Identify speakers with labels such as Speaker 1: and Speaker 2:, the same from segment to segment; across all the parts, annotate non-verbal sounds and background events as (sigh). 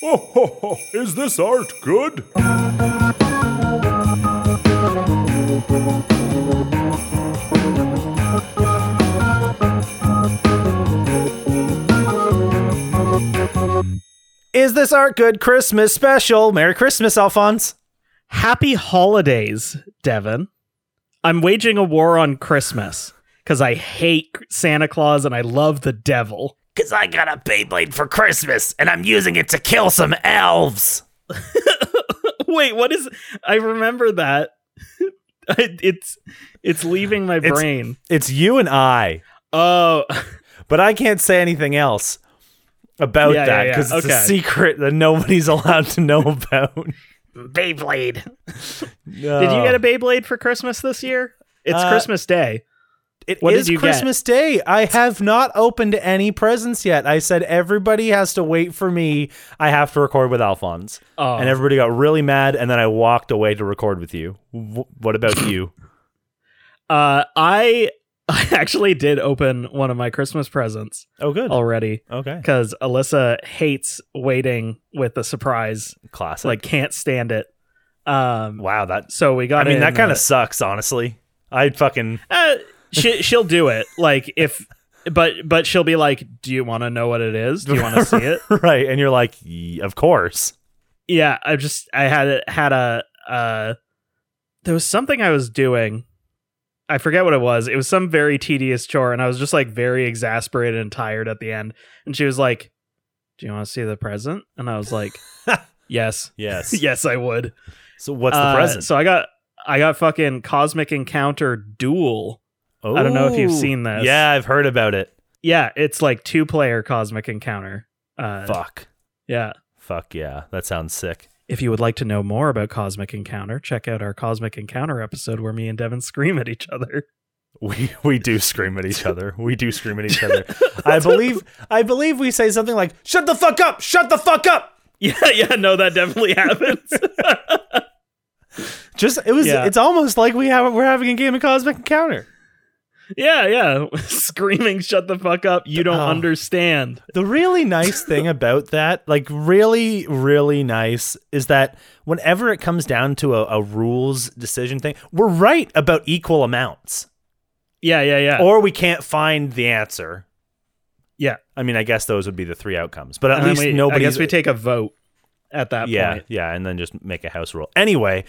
Speaker 1: Ho, ho, ho. (laughs) Is this art good?
Speaker 2: Is this our good Christmas special? Merry Christmas, Alphonse.
Speaker 3: Happy holidays, Devin. I'm waging a war on Christmas because I hate Santa Claus and I love the devil. (laughs)
Speaker 4: Cause I got a Beyblade for Christmas, and I'm using it to kill some elves.
Speaker 3: Wait, what is? I remember that. (laughs) I- it's it's leaving my
Speaker 2: It's-
Speaker 3: brain.
Speaker 2: It's you and I,
Speaker 3: Oh,
Speaker 2: but I can't say anything else about
Speaker 3: Yeah, yeah,
Speaker 2: that
Speaker 3: yeah.
Speaker 2: because it's a
Speaker 3: Okay.
Speaker 2: secret that nobody's (laughs) allowed to know about.
Speaker 4: Beyblade.
Speaker 3: did you get a Beyblade for Christmas this year? It's
Speaker 2: Oh. Uh,
Speaker 3: Christmas Day.
Speaker 2: It is
Speaker 3: What did you get?
Speaker 2: Christmas Day. I have not opened any presents yet. I said everybody has to wait for me. I have to record with Alphonse,
Speaker 3: Oh,
Speaker 2: and everybody got really mad. And then I walked away to record with you. Wh- what about you?
Speaker 3: uh, I (laughs) I actually did open one of my Christmas presents
Speaker 2: (clears throat) Oh, good.
Speaker 3: already
Speaker 2: Okay,
Speaker 3: because Alyssa hates waiting with a surprise.
Speaker 2: classic.
Speaker 3: Like can't stand it. Um,
Speaker 2: wow, that.
Speaker 3: so we
Speaker 2: I
Speaker 3: got.
Speaker 2: mean,
Speaker 3: in,
Speaker 2: that kind
Speaker 3: uh,
Speaker 2: of sucks. Honestly, I fucking (laughs)
Speaker 3: uh, she she'll do it. Like if, but but she'll be like, "Do you want to know what it is? Do you want to see (laughs) it?"
Speaker 2: right. And you're like, "Y- of course.
Speaker 3: Yeah, I just I had it had a uh, there was something I was doing. I forget what it was. It was some very tedious chore, and I was just like very exasperated and tired at the end. And she was like, "Do you want to see the present?" And I was (laughs) like, "Yes,
Speaker 2: (laughs) Yes.
Speaker 3: yes, I would."
Speaker 2: So what's the
Speaker 3: Uh,
Speaker 2: present?
Speaker 3: So I got I got fucking Cosmic Encounter Duel. I don't know if you've
Speaker 2: Ooh.
Speaker 3: seen this.
Speaker 2: Yeah, I've heard about it.
Speaker 3: Yeah, it's like two player cosmic encounter. Uh,
Speaker 2: Fuck.
Speaker 3: yeah.
Speaker 2: Fuck yeah. That sounds sick.
Speaker 3: If you would like to know more about Cosmic Encounter, check out our Cosmic Encounter episode where me and Devin scream at each other. (laughs)
Speaker 2: We (laughs) we do scream at each other. We do scream at each (laughs) other. I believe I believe we say something like "Shut the fuck up! Shut the fuck up!"
Speaker 3: Yeah, yeah, no, that
Speaker 2: (laughs)
Speaker 3: definitely happens.
Speaker 2: Just it was.
Speaker 3: Yeah.
Speaker 2: It's almost like we have we're having a game of Cosmic Encounter.
Speaker 3: yeah, yeah. (laughs) Screaming, shut the fuck up. You don't
Speaker 2: Oh.
Speaker 3: understand.
Speaker 2: The really nice thing about that, like really, really nice, is that whenever it comes down to a, a rules decision thing, we're right about equal amounts,
Speaker 3: Yeah, yeah, yeah.
Speaker 2: or we can't find the answer.
Speaker 3: Yeah.
Speaker 2: I mean, I guess those would be the three outcomes, but at
Speaker 3: And then
Speaker 2: least
Speaker 3: we,
Speaker 2: nobody.
Speaker 3: I guess we take a vote at that
Speaker 2: yeah,
Speaker 3: point.
Speaker 2: yeah, and then just make a house rule. Anyway,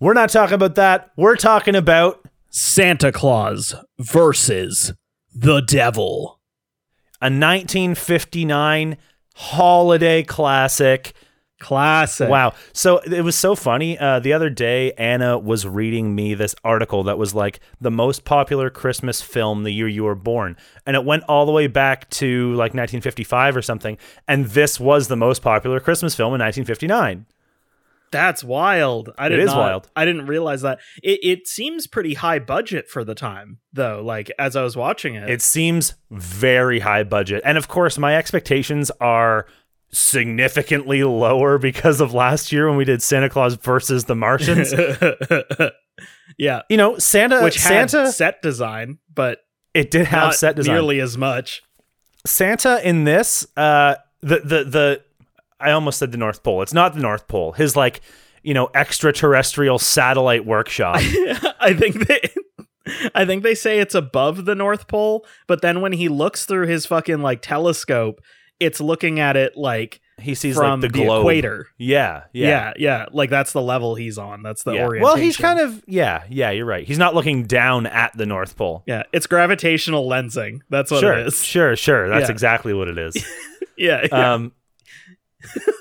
Speaker 2: we're not talking about that. We're talking about
Speaker 3: Santa Claus versus the devil.
Speaker 2: a 1959 holiday classic.
Speaker 3: Classic.
Speaker 2: Wow. So it was so funny. Uh, the other day, Anna was reading me this article that was like the most popular Christmas film the year you were born. And it went all the way back to like 1955 or something. And this was the most popular Christmas film in 1959.
Speaker 3: That's wild. I
Speaker 2: It
Speaker 3: did
Speaker 2: is
Speaker 3: not-
Speaker 2: wild.
Speaker 3: I didn't realize that. It it seems pretty high budget for the time, though. Like as I was watching it, (laughs)
Speaker 2: It seems very high budget. And of course, my expectations are significantly lower because of last year when we did Santa Claus versus the
Speaker 3: (laughs)
Speaker 2: Martians.
Speaker 3: yeah,
Speaker 2: you know, Santa
Speaker 3: which had
Speaker 2: Uh, Santa
Speaker 3: set design, but
Speaker 2: it did have
Speaker 3: not
Speaker 2: set design.
Speaker 3: nearly as much. (laughs)
Speaker 2: Santa in this uh the the the I almost said the North Pole. It's not the North Pole. His like, you know, extraterrestrial satellite
Speaker 3: (laughs)
Speaker 2: workshop.
Speaker 3: I think they. I think they say it's above the North Pole, but then when he looks through his fucking like telescope, it's looking at it like
Speaker 2: He sees
Speaker 3: from
Speaker 2: like the globe.
Speaker 3: equator.
Speaker 2: Yeah, yeah.
Speaker 3: Yeah. yeah, Like that's the level he's on. That's the
Speaker 2: yeah.
Speaker 3: orientation.
Speaker 2: Well, he's kind of yeah, yeah, you're right. He's not looking down at the North Pole.
Speaker 3: yeah. It's gravitational lensing. That's what
Speaker 2: sure,
Speaker 3: it is. (laughs)
Speaker 2: sure, sure. That's
Speaker 3: Yeah.
Speaker 2: exactly what it
Speaker 3: (laughs)
Speaker 2: is.
Speaker 3: Yeah, yeah.
Speaker 2: Um,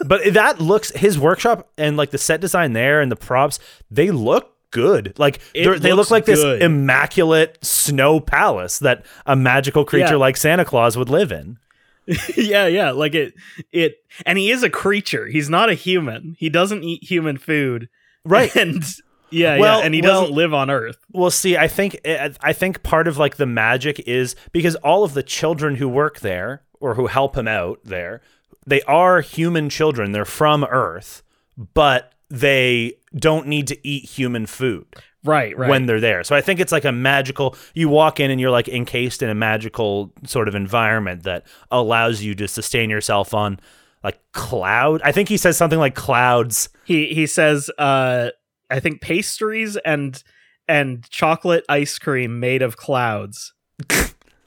Speaker 2: but that looks his workshop and like the set design there and the props they look good. Like
Speaker 3: It
Speaker 2: they're- they look
Speaker 3: looks
Speaker 2: like
Speaker 3: good.
Speaker 2: this immaculate snow palace that a magical creature
Speaker 3: Yeah.
Speaker 2: like Santa Claus would live in.
Speaker 3: (laughs) yeah, yeah. Like it, it, and he is a creature. He's not a human. He doesn't eat human food,
Speaker 2: Right.
Speaker 3: (laughs) And yeah,
Speaker 2: Well,
Speaker 3: yeah. And he
Speaker 2: well-
Speaker 3: doesn't live on Earth.
Speaker 2: Well, see, I think eh, I think part of like the magic is because all of the children who work there or who help him out there, they are human children. They're from Earth, but they don't need to eat human food.
Speaker 3: Right, right.
Speaker 2: when they're there. So I think it's like a magical. You walk in and you're like encased in a magical sort of environment that allows you to sustain yourself on like cloud. I think he says something like clouds.
Speaker 3: He he says, uh, I think pastries and and chocolate ice cream made of clouds,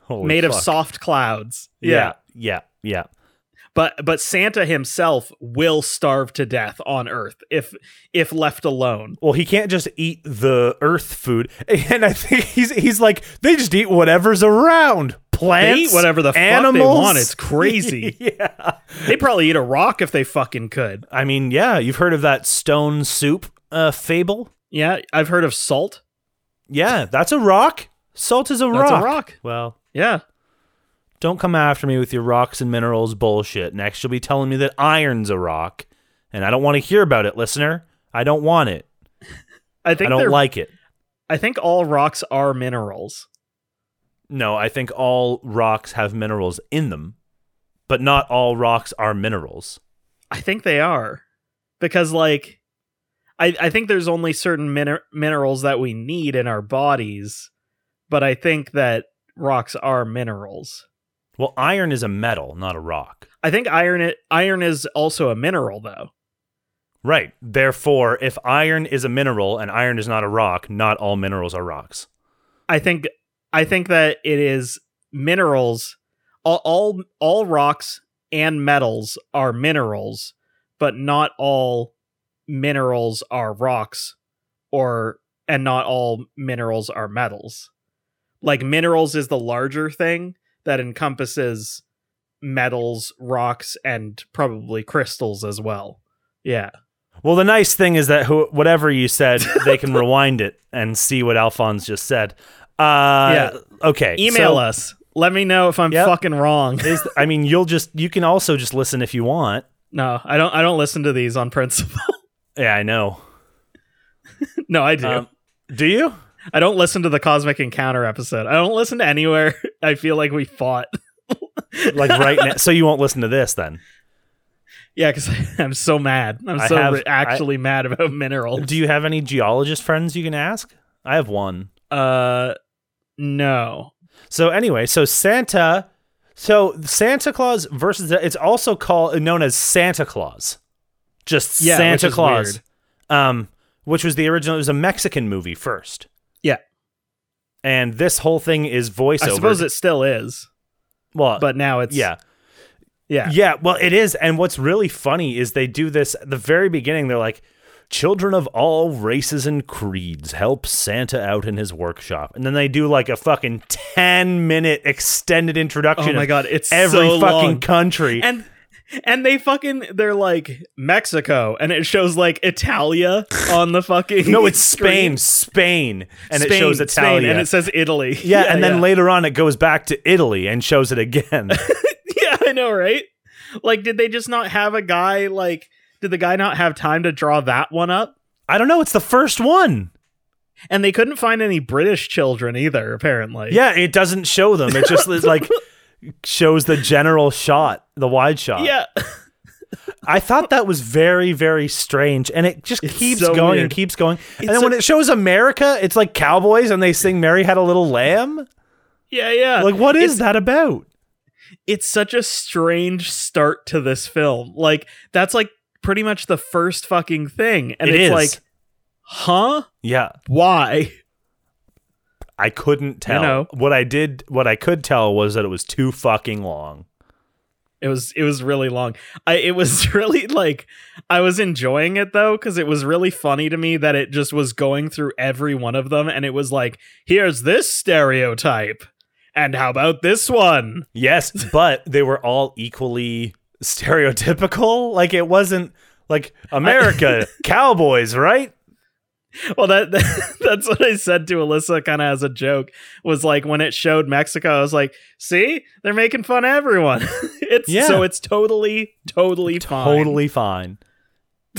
Speaker 2: Holy
Speaker 3: made of
Speaker 2: fuck.
Speaker 3: soft clouds.
Speaker 2: Yeah, yeah, yeah.
Speaker 3: but but Santa himself will starve to death on Earth if if left alone.
Speaker 2: Well, he can't just eat the earth food, (laughs) and I think he's he's like they just eat whatever's around. Plants,
Speaker 3: They eat whatever the fuck they
Speaker 2: animals. (laughs)
Speaker 3: want. It's crazy.
Speaker 2: yeah.
Speaker 3: they probably eat a rock if they fucking could.
Speaker 2: I mean, yeah, you've heard of that stone soup uh, fable?
Speaker 3: Yeah, I've heard of salt.
Speaker 2: Yeah, that's a rock. Salt is a
Speaker 3: That's
Speaker 2: rock.
Speaker 3: a rock.
Speaker 2: Well,
Speaker 3: Yeah.
Speaker 2: don't come after me with your rocks and minerals bullshit. Next, you'll be telling me that iron's a rock, and I don't want to hear about it, listener. I don't want it.
Speaker 3: I think
Speaker 2: I don't
Speaker 3: they're-
Speaker 2: like it.
Speaker 3: I think all rocks are minerals.
Speaker 2: No, I think all rocks have minerals in them, but not all rocks are minerals.
Speaker 3: I think they are. Because like I I think there's only certain miner- minerals that we need in our bodies, but I think that rocks are minerals.
Speaker 2: Well, iron is a metal, not a rock.
Speaker 3: I think iron i- iron is also a mineral though.
Speaker 2: Right. Therefore, if iron is a mineral and iron is not a rock, not all minerals are rocks.
Speaker 3: I think I think that it is minerals. All all, all rocks and metals are minerals, but not all minerals are rocks, or and not all minerals are metals. Like minerals is the larger thing that encompasses metals, rocks, and probably crystals as well. Yeah.
Speaker 2: Well, the nice thing is that who, whatever you said, they
Speaker 3: (laughs)
Speaker 2: can rewind it and see what Alphonse just said. Uh,
Speaker 3: Yeah.
Speaker 2: Okay.
Speaker 3: Email
Speaker 2: so
Speaker 3: us. Let me know if I'm
Speaker 2: Yep.
Speaker 3: fucking wrong.
Speaker 2: Is, I mean, you'll just you can also just listen if you want.
Speaker 3: No, I don't. I don't listen to these on principle. (laughs)
Speaker 2: Yeah, I know.
Speaker 3: no, I do.
Speaker 2: Um, do you?
Speaker 3: I don't listen to the Cosmic Encounter episode. I don't listen to anywhere. (laughs) I feel like we fought. (laughs)
Speaker 2: Like right now? So you won't listen to this then?
Speaker 3: Yeah, because (laughs) I'm so mad. I'm
Speaker 2: I
Speaker 3: so
Speaker 2: have-
Speaker 3: ri- actually mad about minerals.
Speaker 2: Do you have any geologist friends you can ask? I have one.
Speaker 3: uh, no.
Speaker 2: So anyway, so Santa, so Santa Claus versus the, it's also called known as Santa Claus, just
Speaker 3: Yeah, which
Speaker 2: Santa
Speaker 3: is
Speaker 2: Claus,
Speaker 3: weird.
Speaker 2: um, which was the original. It was a Mexican movie first.
Speaker 3: Yeah.
Speaker 2: and this whole thing is voiceover.
Speaker 3: I suppose it still is,
Speaker 2: well,
Speaker 3: but now it's
Speaker 2: yeah,
Speaker 3: yeah.
Speaker 2: yeah, well, it is. And what's really funny is they do this at the very beginning. They're like, children of all races and creeds help Santa out in his workshop. And then they do like a fucking 10 minute extended introduction.
Speaker 3: Oh my
Speaker 2: of
Speaker 3: god, it's
Speaker 2: Every
Speaker 3: so
Speaker 2: fucking
Speaker 3: long.
Speaker 2: country.
Speaker 3: and and they fucking they're like Mexico, and it shows like Italia on the
Speaker 2: (laughs) (laughs)
Speaker 3: fucking
Speaker 2: no, it's Spain,
Speaker 3: screen.
Speaker 2: Spain. And it
Speaker 3: Spain,
Speaker 2: shows
Speaker 3: Spain,
Speaker 2: Italia.
Speaker 3: and it says Italy.
Speaker 2: yeah, and then
Speaker 3: (laughs) yeah.
Speaker 2: later on it goes back to Italy and shows it again.
Speaker 3: (laughs) Yeah, I know, right? Like, did they just not have a guy? Like, did the guy not have time to draw that one up?
Speaker 2: I don't know. It's the first one.
Speaker 3: And they couldn't find any British children either, apparently.
Speaker 2: Yeah, it doesn't show them. It just
Speaker 3: (laughs)
Speaker 2: like shows the general shot, the wide shot.
Speaker 3: Yeah. (laughs)
Speaker 2: I thought that was very, very strange, and it just
Speaker 3: It's
Speaker 2: keeps
Speaker 3: so
Speaker 2: going and
Speaker 3: weird.
Speaker 2: keeps going. and
Speaker 3: It's
Speaker 2: then
Speaker 3: a-
Speaker 2: when it shows America, it's like cowboys and they sing "Mary Had a Little Lamb."
Speaker 3: Yeah, yeah.
Speaker 2: Like, what is
Speaker 3: it's-
Speaker 2: that about?
Speaker 3: it's such a strange start to this film. Like, that's like pretty much the first fucking thing. And
Speaker 2: It
Speaker 3: it's
Speaker 2: is.
Speaker 3: like, huh?
Speaker 2: Yeah,
Speaker 3: Why?
Speaker 2: I couldn't tell.
Speaker 3: know.
Speaker 2: What I did, what I could tell was that it was too fucking long.
Speaker 3: It was it was really long. I it was (laughs) really like I was enjoying it though cuz it was really funny to me that it just was going through every one of them and it was like here's this stereotype and how about this one?
Speaker 2: Yes, (laughs) but they were all equally stereotypical. Like, it wasn't like (laughs) America cowboys, right?
Speaker 3: Well that, (laughs) that's what I said to Alyssa kind of as a joke was like when it showed Mexico I was like see they're making fun of everyone. (laughs) it's
Speaker 2: Yeah.
Speaker 3: so it's totally totally fine.
Speaker 2: Totally fine. (laughs)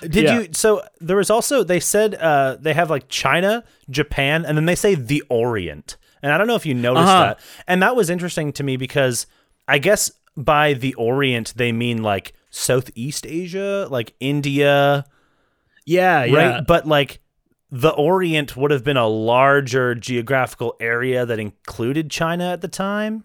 Speaker 2: Did
Speaker 3: Yeah.
Speaker 2: you? So there was also they said uh, they have like China, Japan, and then they say the Orient, and I don't know if you noticed
Speaker 3: Uh-huh.
Speaker 2: that, and that was interesting to me because I guess by the Orient they mean like Southeast Asia, like India,
Speaker 3: Yeah, yeah.
Speaker 2: right? But like the Orient would have been a larger geographical area that included China at the time.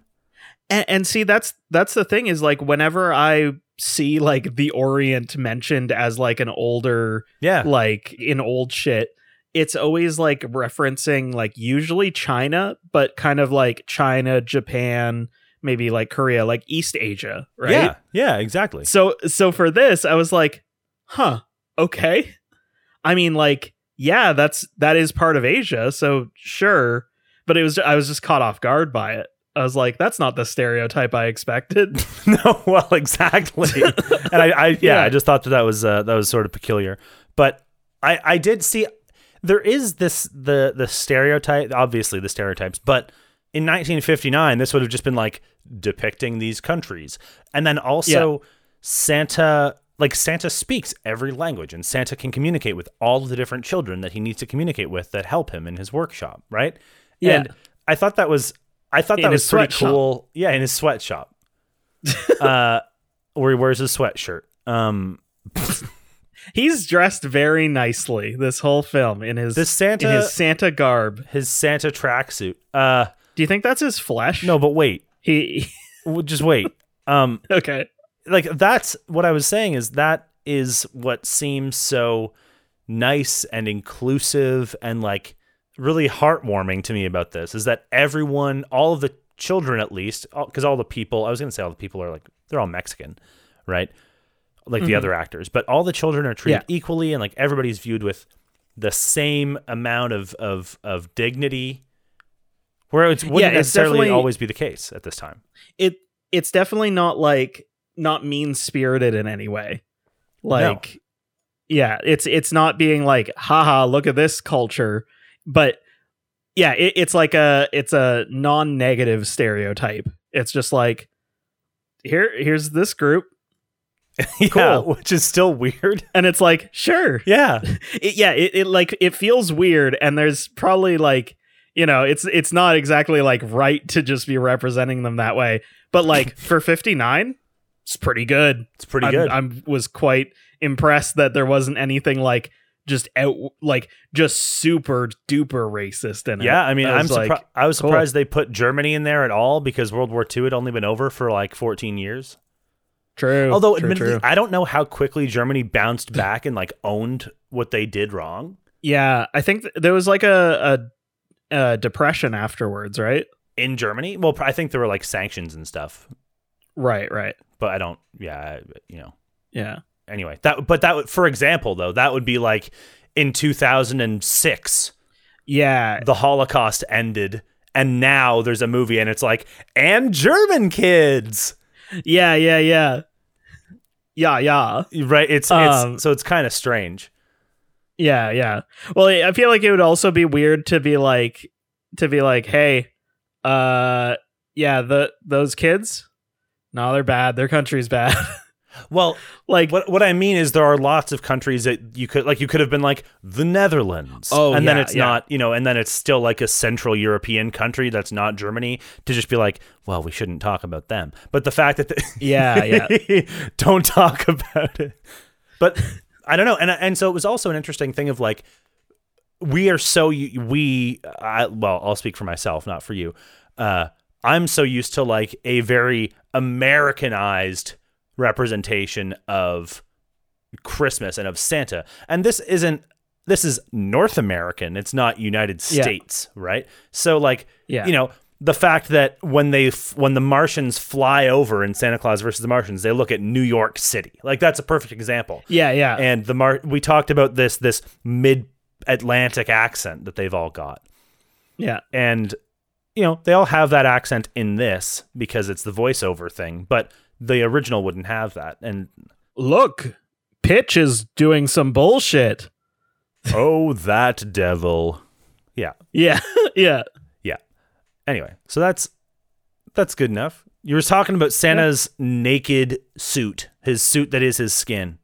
Speaker 3: and, and see that's that's the thing is like whenever i see like the orient mentioned as like an older
Speaker 2: Yeah.
Speaker 3: like in old shit it's always like referencing like usually china but kind of like china japan maybe like korea like east asia right
Speaker 2: Yeah. Yeah, exactly.
Speaker 3: so so for this i was like huh okay i mean like yeah that's that is part of asia so sure but it was i was just caught off guard by it i was like that's not the stereotype i expected
Speaker 2: (laughs) no, well, exactly.
Speaker 3: (laughs)
Speaker 2: and I, I yeah,
Speaker 3: Yeah.
Speaker 2: I just thought that that was uh, that was sort of peculiar. But I, I did see there is this the the stereotype, obviously the stereotypes, but in 1959, this would have just been like depicting these countries, and then also Santa. Like Santa speaks every language, and Santa can communicate with all of the different children that he needs to communicate with that help him in his workshop, right?
Speaker 3: Yeah.
Speaker 2: And I thought that was, I thought
Speaker 3: In
Speaker 2: that
Speaker 3: his
Speaker 2: was pretty
Speaker 3: sweatshop.
Speaker 2: cool. Yeah, in his sweatshop (laughs) uh, where he wears his sweatshirt. Um,
Speaker 3: he's dressed very nicely this whole film in his
Speaker 2: This Santa-
Speaker 3: in his santa garb
Speaker 2: his Santa tracksuit. Uh,
Speaker 3: do you think that's his flesh
Speaker 2: no, but wait,
Speaker 3: he (laughs)
Speaker 2: W- just wait. Um,
Speaker 3: okay
Speaker 2: like that's what I was saying is that is what seems so nice and inclusive and like really heartwarming to me about this is that everyone, all of the children at least, because all the people, I was going to say all the people are like, they're all Mexican, right? Like
Speaker 3: Mm-hmm.
Speaker 2: the other actors, but all the children are treated equally and like everybody's viewed with the same amount of, of, of dignity. Where it wouldn't
Speaker 3: Yeah, it's
Speaker 2: necessarily
Speaker 3: definitely-
Speaker 2: always be the case at this time. (laughs)
Speaker 3: it it's definitely not like not mean spirited in any way. Like yeah, it's it's not being like haha, look at this culture, but yeah, it, it's like a it's a non-negative stereotype. It's just like here here's this group
Speaker 2: Yeah,
Speaker 3: Cool.
Speaker 2: which is still weird.
Speaker 3: and it's like sure.
Speaker 2: Yeah.
Speaker 3: It, yeah, it, it like it feels weird and there's probably like you know, it's it's not exactly like right to just be representing them that way, but like for 59, it's pretty good.
Speaker 2: It's pretty
Speaker 3: I'm,
Speaker 2: good.
Speaker 3: I'm was quite impressed that there wasn't anything like just out like just super duper racist in it.
Speaker 2: yeah, I mean,
Speaker 3: I
Speaker 2: I'm
Speaker 3: was like,
Speaker 2: surprised. I was
Speaker 3: cool.
Speaker 2: surprised they put Germany in there at all because World War II had only been over for like 14 years.
Speaker 3: True.
Speaker 2: Although,
Speaker 3: true,
Speaker 2: admittedly,
Speaker 3: true.
Speaker 2: I don't know how quickly Germany bounced back and like owned what they did wrong.
Speaker 3: yeah, I think th- there was like a, a a depression afterwards, right?
Speaker 2: In Germany, well, I think there were like sanctions and stuff,
Speaker 3: Right, right.
Speaker 2: but I don't. Yeah, I- you know.
Speaker 3: Yeah.
Speaker 2: Anyway, that but that would- for example though that would be like in 2006
Speaker 3: Yeah.
Speaker 2: the Holocaust ended and now there's a movie and it's like and German kids.
Speaker 3: Yeah, yeah, yeah. Yeah, yeah.
Speaker 2: Right, it's,
Speaker 3: Um,
Speaker 2: it's so it's kind of strange.
Speaker 3: Yeah, yeah. Well, I feel like it would also be weird to be like to be like, "Hey, uh yeah, the those kids? No, they're bad. Their country's bad." (laughs)
Speaker 2: Well,
Speaker 3: like
Speaker 2: what what I mean is there are lots of countries that you could like you could have been like the Netherlands.
Speaker 3: Oh,
Speaker 2: and then
Speaker 3: yeah,
Speaker 2: it's
Speaker 3: yeah.
Speaker 2: not, you know, and then it's still like a central European country that's not Germany to just be like, well, we shouldn't talk about them. But the fact that the-
Speaker 3: (laughs) yeah yeah
Speaker 2: (laughs) don't talk about it. But I don't know, and and so it was also an interesting thing of like we are so u- we I, well, I'll speak for myself, not for you. Uh, I'm so used to like a very Americanized representation of Christmas and of Santa, and this isn't. This is North American. It's not United
Speaker 3: Yeah.
Speaker 2: States, right? So like
Speaker 3: yeah
Speaker 2: you know the fact that when they f- when the Martians fly over in Santa Claus versus the Martians, they look at New York City. Like that's a perfect example.
Speaker 3: yeah yeah
Speaker 2: And the Mar- we talked about this this mid Atlantic accent that they've all got,
Speaker 3: yeah
Speaker 2: and you know they all have that accent in this because it's the voiceover thing, but the original wouldn't have that.
Speaker 3: (laughs)
Speaker 2: And
Speaker 3: look pitch is doing some bullshit
Speaker 2: oh, that devil.
Speaker 3: yeah (laughs) yeah
Speaker 2: Anyway, so that's that's good enough. You were talking about Santa's naked suit, his suit that is his skin.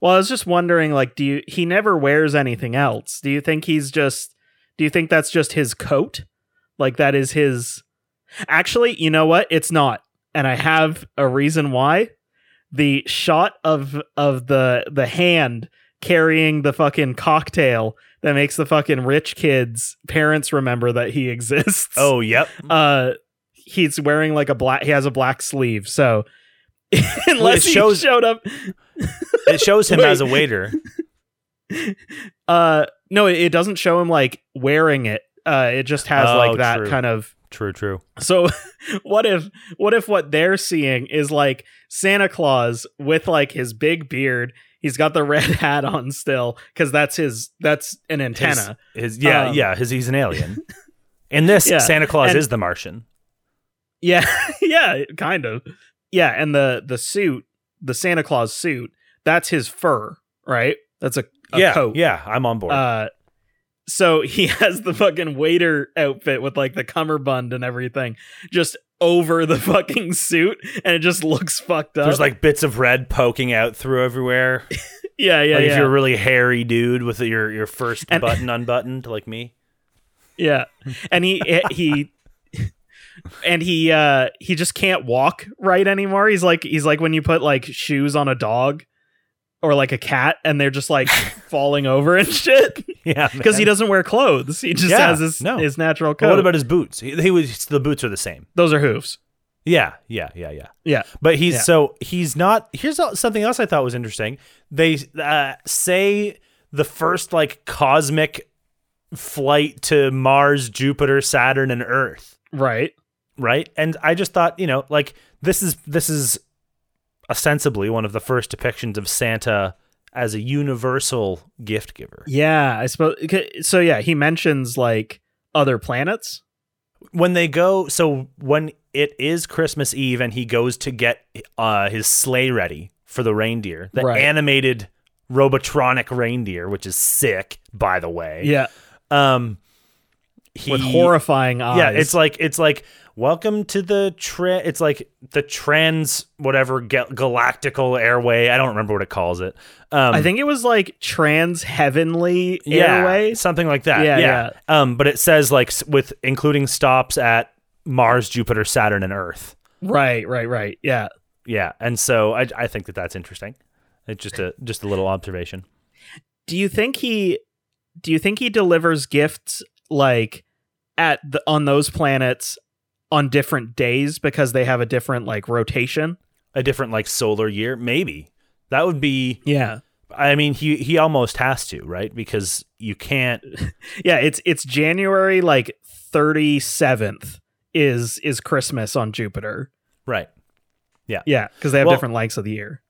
Speaker 3: well i was just wondering like do you he never wears anything else do you think he's just do you think that's just his coat like that is his actually you know what it's not and i have a reason why the shot of of the the hand carrying the fucking cocktail that (laughs) makes the fucking rich kids parents remember that he (laughs) exists
Speaker 2: Oh, yep.
Speaker 3: uh he's wearing like a black he has a black sleeve. So (laughs) unless he
Speaker 2: shows-
Speaker 3: showed up
Speaker 2: It shows him
Speaker 3: Wait.
Speaker 2: as a waiter.
Speaker 3: uh no, it, it doesn't show him like wearing it. Uh it just has
Speaker 2: Oh,
Speaker 3: like that
Speaker 2: true.
Speaker 3: kind of
Speaker 2: True, true.
Speaker 3: So (laughs) what if what if what they're seeing is like Santa Claus with like his big beard, he's got the (laughs) red hat on still cuz that's his that's an antenna.
Speaker 2: His yeah,
Speaker 3: Um,
Speaker 2: yeah. His he's an alien. In this,
Speaker 3: (laughs) Yeah,
Speaker 2: Santa Claus
Speaker 3: and-
Speaker 2: is the Martian.
Speaker 3: Yeah. (laughs) yeah, kind of. Yeah, and the the suit, the Santa Claus suit, that's his fur, right? That's a, a
Speaker 2: yeah,
Speaker 3: coat.
Speaker 2: yeah. I'm on board.
Speaker 3: Uh, so he (laughs) has the fucking waiter outfit with like the cummerbund and everything just over the (laughs) fucking suit and it just looks fucked up.
Speaker 2: There's like bits of red poking out through everywhere.
Speaker 3: (laughs) yeah, yeah,
Speaker 2: like
Speaker 3: yeah.
Speaker 2: if
Speaker 3: (laughs)
Speaker 2: you're a really hairy dude with your your first
Speaker 3: And- (laughs)
Speaker 2: button unbuttoned, like me.
Speaker 3: Yeah.
Speaker 2: (laughs)
Speaker 3: And he eh, he (laughs) and he uh he just can't walk right anymore. He's like he's like when you put like shoes on a dog or like a cat and they're
Speaker 2: (laughs)
Speaker 3: just like falling over and shit
Speaker 2: Yeah,
Speaker 3: because he
Speaker 2: man.
Speaker 3: doesn't wear clothes. He just
Speaker 2: Yeah,
Speaker 3: has his
Speaker 2: no.
Speaker 3: his natural
Speaker 2: But
Speaker 3: coat.
Speaker 2: What about his boots? He, he was the boots are the same.
Speaker 3: Those are hoofs.
Speaker 2: Yeah, yeah, yeah, yeah.
Speaker 3: Yeah.
Speaker 2: But he's
Speaker 3: Yeah.
Speaker 2: so he's not. Here's al- something else I thought was interesting. They uh, say the first like cosmic flight to Mars, Jupiter, Saturn, and Earth,
Speaker 3: Right.
Speaker 2: right? And I just thought, you know, like this is this is ostensibly one of the first depictions of Santa as a universal gift giver.
Speaker 3: Yeah, I suppose so yeah, he mentions like other planets.
Speaker 2: when they go so when it is christmas eve and he goes to get uh his sleigh ready for the reindeer the
Speaker 3: Right.
Speaker 2: animated robotronic reindeer which is sick by the way
Speaker 3: Yeah.
Speaker 2: um he,
Speaker 3: With horrifying eyes.
Speaker 2: yeah it's like it's like welcome to the tra- it's like the trans whatever ga- galactical airway i don't remember what it calls it um
Speaker 3: I think it was like trans heavenly
Speaker 2: yeah,
Speaker 3: airway.
Speaker 2: something like that.
Speaker 3: Yeah,
Speaker 2: Yeah, Um, but it says like s- with including stops at Mars, Jupiter, Saturn, and Earth.
Speaker 3: Right, right, right. Yeah.
Speaker 2: Yeah, and so I, I think that that's interesting. It's just a just a little observation.
Speaker 3: do you think he do you think he delivers gifts like at the on those planets on different days because they have a different like rotation
Speaker 2: A different like solar year, maybe that would be.
Speaker 3: yeah
Speaker 2: I mean, he he almost has to, right? Because you
Speaker 3: (laughs)
Speaker 2: can't.
Speaker 3: yeah it's it's january like 37th is is christmas on jupiter
Speaker 2: Right.
Speaker 3: yeah because they have
Speaker 2: Well-
Speaker 3: different lengths of the year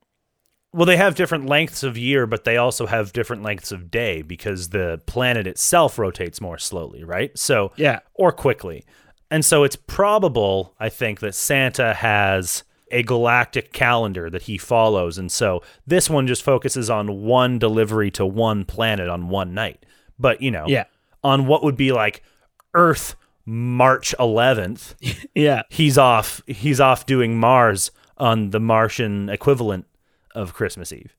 Speaker 2: Well, they have different lengths of year, but they also have different lengths of day because the planet itself rotates more slowly, right? So
Speaker 3: yeah
Speaker 2: or quickly. And so it's probable, I think, that Santa has a galactic calendar that he follows. And so this one just focuses on one delivery to one planet on one night. But, you know,
Speaker 3: Yeah.
Speaker 2: on what would be like Earth March 11th,
Speaker 3: (laughs) yeah
Speaker 2: he's off he's off doing Mars on the Martian equivalent of Christmas Eve.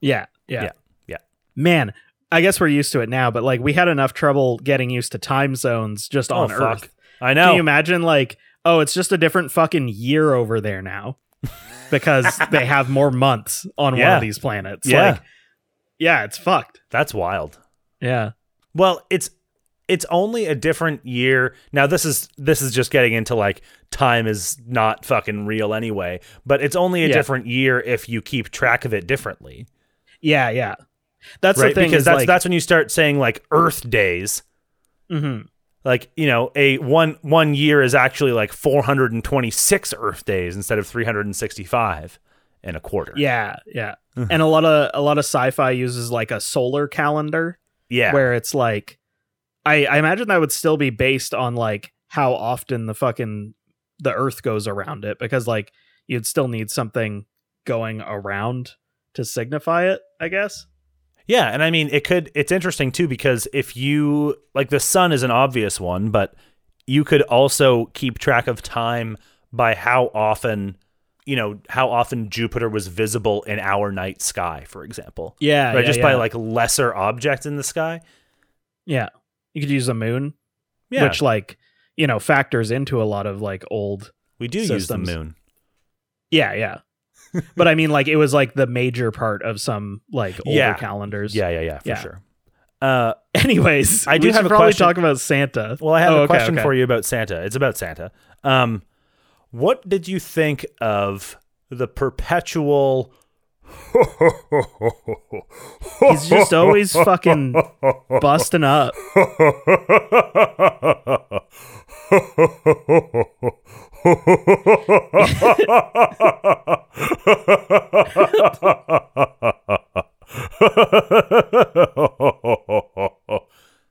Speaker 3: yeah yeah
Speaker 2: Yeah, yeah.
Speaker 3: man i guess we're used to it now but like we had enough trouble getting used to time zones just on
Speaker 2: Oh,
Speaker 3: earth
Speaker 2: fuck. I
Speaker 3: Can
Speaker 2: know.
Speaker 3: you imagine like, oh, it's just a different fucking year over there now
Speaker 2: (laughs)
Speaker 3: because they have more months on one
Speaker 2: Yeah.
Speaker 3: of these planets.
Speaker 2: Yeah.
Speaker 3: Like, yeah, it's fucked.
Speaker 2: That's wild.
Speaker 3: Yeah.
Speaker 2: Well, it's it's only a different year. Now this is this is just getting into like time is not fucking real anyway, but it's only a
Speaker 3: Yeah.
Speaker 2: different year if you keep track of it differently.
Speaker 3: Yeah, yeah. That's
Speaker 2: right?
Speaker 3: the thing
Speaker 2: because
Speaker 3: is,
Speaker 2: that's
Speaker 3: like,
Speaker 2: that's when you start saying like earth days.
Speaker 3: mhm.
Speaker 2: Like, you know, a one one year is actually like 426 earth days instead of 365 and a quarter.
Speaker 3: Yeah, yeah.
Speaker 2: Hmm.
Speaker 3: and a lot of a lot of sci-fi uses like a solar calendar
Speaker 2: Yeah.
Speaker 3: where it's like I I imagine that would still be based on like how often the fucking the earth goes around it because like you'd still need something going around to signify it, I guess.
Speaker 2: Yeah, and I mean it could it's interesting too because if you like the sun is an obvious one, but you could also keep track of time by how often, you know, how often Jupiter was visible in our night sky, for example.
Speaker 3: Yeah,
Speaker 2: right,
Speaker 3: yeah,
Speaker 2: just by
Speaker 3: yeah.
Speaker 2: like lesser objects in the sky.
Speaker 3: yeah, you could use the moon,
Speaker 2: Yeah.
Speaker 3: which like you know factors into a lot of like old.
Speaker 2: we do use the
Speaker 3: systems.
Speaker 2: moon.
Speaker 3: Yeah, yeah.
Speaker 2: (laughs)
Speaker 3: but I mean, like it was like the major part of some like older
Speaker 2: Yeah.
Speaker 3: calendars.
Speaker 2: Yeah, yeah, yeah, for
Speaker 3: Yeah.
Speaker 2: sure. Uh,
Speaker 3: (laughs) Anyways,
Speaker 2: I do
Speaker 3: we should
Speaker 2: have a
Speaker 3: probably
Speaker 2: question.
Speaker 3: talk about Santa.
Speaker 2: well, I have
Speaker 3: Oh,
Speaker 2: a
Speaker 3: okay,
Speaker 2: question
Speaker 3: okay.
Speaker 2: for you about Santa. It's about Santa. Um, what did you think of the perpetual?
Speaker 1: (laughs)
Speaker 2: (laughs)
Speaker 3: He's just always fucking busting up.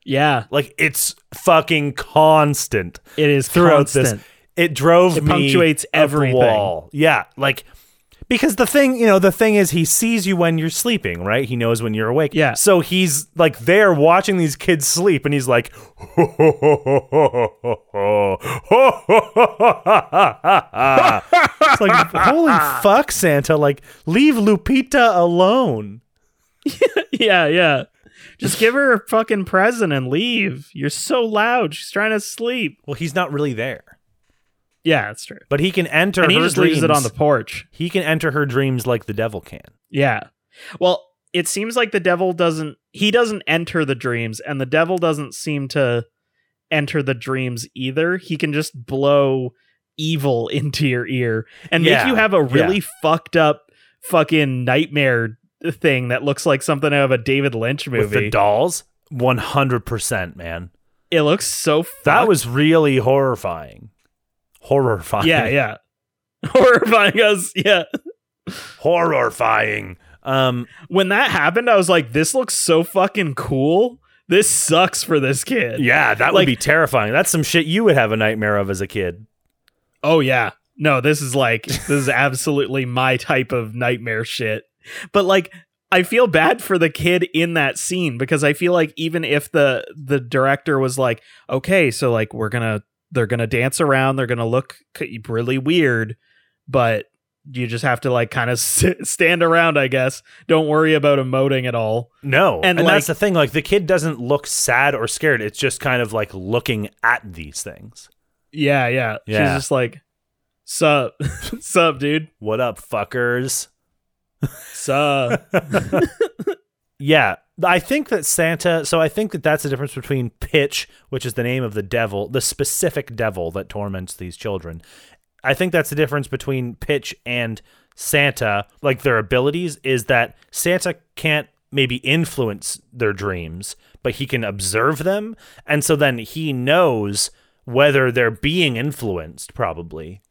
Speaker 3: Yeah,
Speaker 2: (laughs) Like it's fucking constant.
Speaker 3: it is
Speaker 2: throughout
Speaker 3: constant. (laughs)
Speaker 2: this. It drove
Speaker 3: It
Speaker 2: me
Speaker 3: punctuates
Speaker 2: up the
Speaker 3: everything.
Speaker 2: wall. Yeah, like because the thing, you know, the thing is he sees you when you're sleeping, right? He knows when you're awake.
Speaker 3: Yeah.
Speaker 2: So he's like there watching these kids sleep and he's like (laughs) it's like holy fuck Santa, like leave Lupita alone.
Speaker 3: Yeah, yeah. Just give her a fucking present and leave. You're so loud. She's trying to sleep.
Speaker 2: Well, he's not really there.
Speaker 3: Yeah, that's true.
Speaker 2: But he can enter
Speaker 3: And he
Speaker 2: her
Speaker 3: just
Speaker 2: dreams.
Speaker 3: leaves it on the porch.
Speaker 2: he can enter her dreams like the devil can.
Speaker 3: Yeah. Well, it seems like the devil doesn't he doesn't enter the dreams and the devil doesn't seem to enter the dreams either. He can just blow evil (laughs) into your ear and
Speaker 2: Yeah,
Speaker 3: make you have a really fucked up fucking nightmare thing that looks like something out of a David Lynch
Speaker 2: With the
Speaker 3: movie.
Speaker 2: dolls, 100% man.
Speaker 3: it looks so fucked.
Speaker 2: That was really horrifying. Horrifying.
Speaker 3: (laughs) Yeah, yeah. (laughs) Horrifying us. Yeah.
Speaker 2: Horrifying. Um
Speaker 3: When that happened, I was like, this looks so fucking cool. This sucks for this kid.
Speaker 2: yeah, that would
Speaker 3: Like-
Speaker 2: be terrifying. That's some shit you would have a nightmare of as a kid.
Speaker 3: Oh yeah. No, this is like this is absolutely my type of nightmare shit. But like I feel bad for the kid in that scene because I feel like even if the the director was like, "Okay, so like we're going to they're going to dance around, they're going to look c- really weird, but you just have to like kind of sit, stand around, I guess. Don't worry about emoting at all."
Speaker 2: No.
Speaker 3: And,
Speaker 2: And,
Speaker 3: like-
Speaker 2: that's the thing. Like the kid doesn't look sad or scared. It's just kind of like looking at these things.
Speaker 3: Yeah, yeah.
Speaker 2: Yeah.
Speaker 3: She's just like, "Sup, (laughs) sup, dude,
Speaker 2: What up, fuckers?
Speaker 3: sup."
Speaker 2: Yeah. I think that Santa, so I think that that's the difference between Pitch, which is the name of the devil, the specific devil that torments these children. I think that's the difference between Pitch and Santa, like their abilities, is that Santa can't maybe influence their dreams, but he can observe them. And so then he knows whether they're being influenced, probably.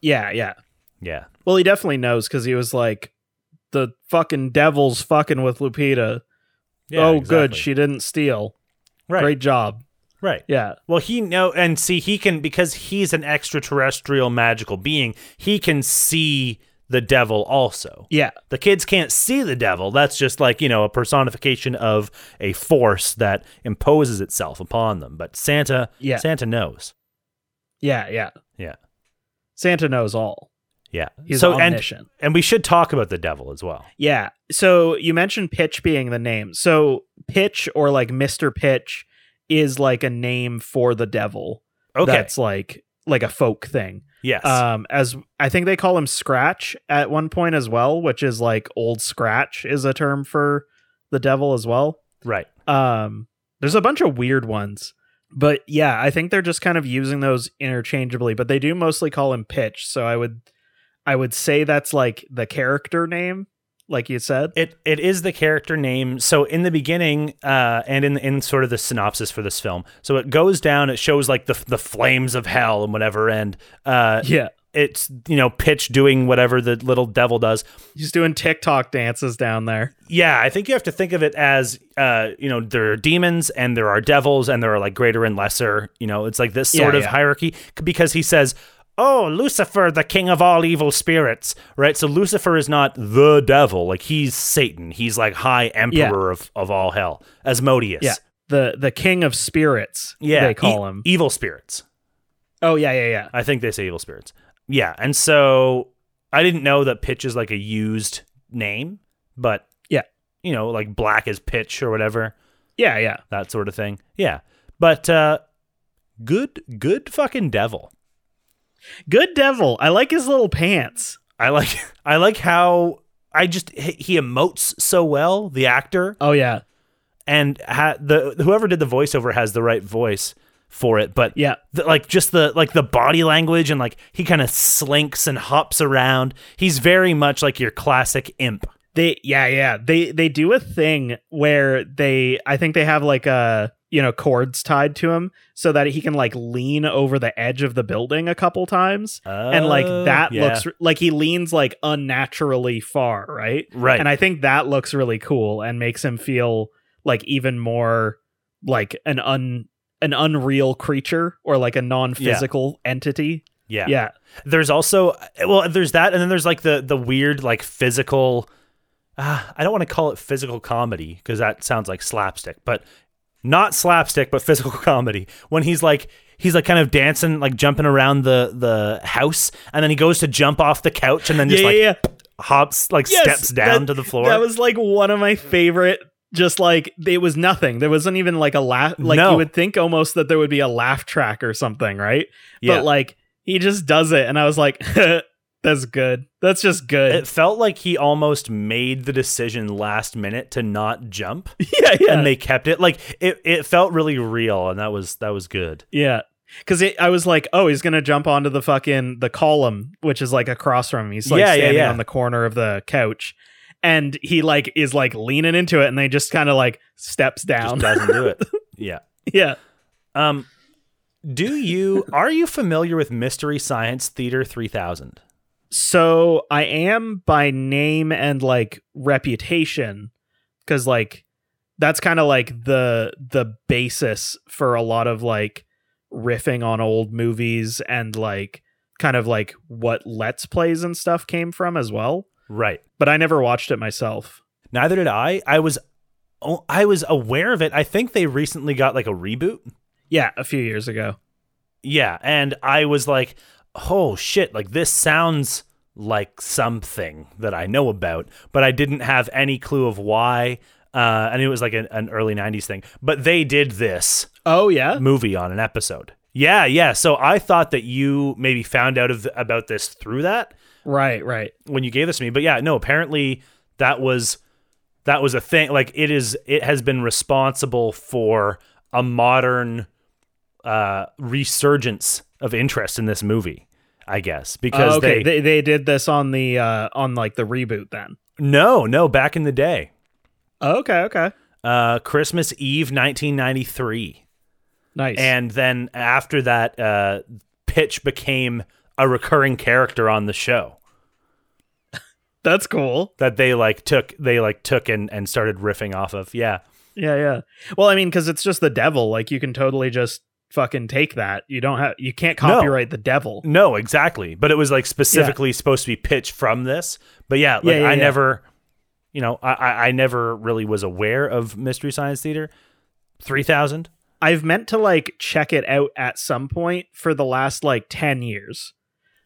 Speaker 3: yeah, yeah.
Speaker 2: Yeah.
Speaker 3: Well, he definitely knows because he was like, the fucking devil's fucking with Lupita.
Speaker 2: Yeah,
Speaker 3: oh, good.
Speaker 2: exactly.
Speaker 3: She didn't steal.
Speaker 2: right.
Speaker 3: Great job.
Speaker 2: Right.
Speaker 3: Yeah.
Speaker 2: Well, he know and see he can because he's an extraterrestrial magical being. He can see the devil also.
Speaker 3: Yeah.
Speaker 2: The kids can't see the devil. That's just like, you know, a personification of a force that imposes itself upon them. But Santa
Speaker 3: Yeah.
Speaker 2: Santa knows.
Speaker 3: Yeah. Yeah.
Speaker 2: Yeah.
Speaker 3: Santa knows all.
Speaker 2: Yeah.
Speaker 3: He's
Speaker 2: so and
Speaker 3: omniscient.
Speaker 2: and we should talk about the devil as well.
Speaker 3: yeah. So you mentioned Pitch being the name. So Pitch or like Mr. Pitch is like a name for the devil.
Speaker 2: Okay.
Speaker 3: That's like like a folk thing.
Speaker 2: yes.
Speaker 3: Um as I think they call him Scratch at one point as well, which is like old Scratch is a term for the devil as well.
Speaker 2: right.
Speaker 3: Um, there's a bunch of weird ones, but yeah, I think they're just kind of using those interchangeably. But they do mostly call him Pitch, so I would, I would say that's like the character name, like you said.
Speaker 2: It it is the character name. So in the beginning, uh, and in in sort of the synopsis for this film, so it goes down. It shows like the the flames of hell and whatever, and uh,
Speaker 3: Yeah,
Speaker 2: it's you know Pitch doing whatever the little devil does.
Speaker 3: he's doing TikTok dances down there.
Speaker 2: Yeah, I think you have to think of it as uh, you know there are demons and there are devils and there are like greater and lesser. You know, it's like this
Speaker 3: Yeah,
Speaker 2: sort of
Speaker 3: yeah.
Speaker 2: hierarchy c- because he says. Oh, Lucifer, the king of all evil spirits, right? So Lucifer is not the devil; like he's Satan. He's like high emperor of, of all hell, Asmodeus.
Speaker 3: Yeah, the the king of spirits.
Speaker 2: yeah.
Speaker 3: they call
Speaker 2: e-
Speaker 3: him.
Speaker 2: evil spirits.
Speaker 3: oh yeah, yeah, yeah.
Speaker 2: I think they say evil spirits. Yeah, and so I didn't know that pitch is like a used name, but
Speaker 3: Yeah.
Speaker 2: you know, like black is pitch or whatever
Speaker 3: Yeah, yeah.
Speaker 2: that sort of thing. Yeah, but uh, good, good fucking devil.
Speaker 3: Good devil. I like his little pants.
Speaker 2: I like, (laughs) I like how I just he he emotes so well. The actor
Speaker 3: Oh yeah.
Speaker 2: and ha- the whoever did the voiceover has the right voice for it. But
Speaker 3: Yeah.
Speaker 2: the, like just the like the body language and like he kind of slinks and hops around. He's very much like your classic imp.
Speaker 3: They yeah, yeah. They they do a thing where they I think they have like a you know cords tied to him so that he can like lean over the edge of the building a couple times. and like
Speaker 2: Oh,
Speaker 3: that
Speaker 2: yeah.
Speaker 3: looks like he leans like unnaturally far, right?
Speaker 2: right.
Speaker 3: And I think that looks really cool and makes him feel like even more like an un an unreal creature or like a non-physical entity.
Speaker 2: yeah.
Speaker 3: yeah.
Speaker 2: There's also well, there's that, and then there's like the the weird like physical. Uh, I don't want to call it physical comedy because that sounds like slapstick, but not slapstick, but physical (laughs) comedy. When he's like he's like kind of dancing, like jumping around the the house, and then he goes to jump off the couch, and then just
Speaker 3: yeah,
Speaker 2: like
Speaker 3: yeah, yeah.
Speaker 2: hops, like
Speaker 3: Yes,
Speaker 2: steps down to
Speaker 3: that-
Speaker 2: the floor.
Speaker 3: That was like one of my favorite. Just like it was nothing. There wasn't even like a laugh. Like
Speaker 2: No.
Speaker 3: you would think almost that there would be a laugh track or something, right?
Speaker 2: Yeah.
Speaker 3: But like he just does it, and I was like, (laughs) "That's good. That's just good."
Speaker 2: it felt like he almost made the decision last minute to not jump,
Speaker 3: yeah, yeah,
Speaker 2: and they kept it. Like it, it felt really real, and that was that was good.
Speaker 3: yeah. Because I was like, "Oh, he's gonna jump onto the fucking the column, which is like across from him. He's like
Speaker 2: Yeah, yeah,
Speaker 3: standing
Speaker 2: yeah.
Speaker 3: on the corner of the couch." And he like is like leaning into it, and they just kind of like steps
Speaker 2: Just
Speaker 3: down.
Speaker 2: doesn't do it. Yeah.
Speaker 3: (laughs) yeah,
Speaker 2: Um, do you are you familiar with Mystery Science Theater three thousand?
Speaker 3: So I am by name and like reputation cuz like that's kind of like the the basis for a lot of like riffing on old movies and like kind of like what let's plays and stuff came from as well.
Speaker 2: Right.
Speaker 3: But I never watched it myself.
Speaker 2: Neither did I. I was, oh, I was aware of it. I think they recently got like a reboot.
Speaker 3: Yeah, a few years ago.
Speaker 2: Yeah, and I was like, oh shit, like this sounds like something that I know about, but I didn't have any clue of why. Uh, and it was like an, an early '90s thing, but they did this.
Speaker 3: Oh yeah.
Speaker 2: movie on an episode. Yeah, yeah. So I thought that you maybe found out of about this through that
Speaker 3: Right, right.
Speaker 2: when you gave this to me. But yeah, no, apparently that was that was a thing. Like it is it has been responsible for a modern uh resurgence of interest in this movie, I guess. Because
Speaker 3: Oh, okay,
Speaker 2: they,
Speaker 3: they, they did this on the uh on like the reboot then.
Speaker 2: No, no, back in the day.
Speaker 3: Oh, Okay, okay.
Speaker 2: Uh Christmas Eve nineteen ninety three.
Speaker 3: Nice.
Speaker 2: And then after that, uh, Pitch became a recurring character on the show
Speaker 3: that's cool.
Speaker 2: that they like took they like took and, and started riffing off of. Yeah.
Speaker 3: Yeah, yeah. Well, I mean, because it's just the devil. Like you can totally just fucking take that. You don't have. You can't
Speaker 2: No.
Speaker 3: copyright the devil.
Speaker 2: No, exactly. But it was like specifically supposed to be Pitch from this. But yeah, like
Speaker 3: Yeah, yeah,
Speaker 2: I
Speaker 3: yeah.
Speaker 2: never you know, I, I I never really was aware of Mystery Science Theater. Three thousand?
Speaker 3: I've meant to like check it out at some point for the last like ten years.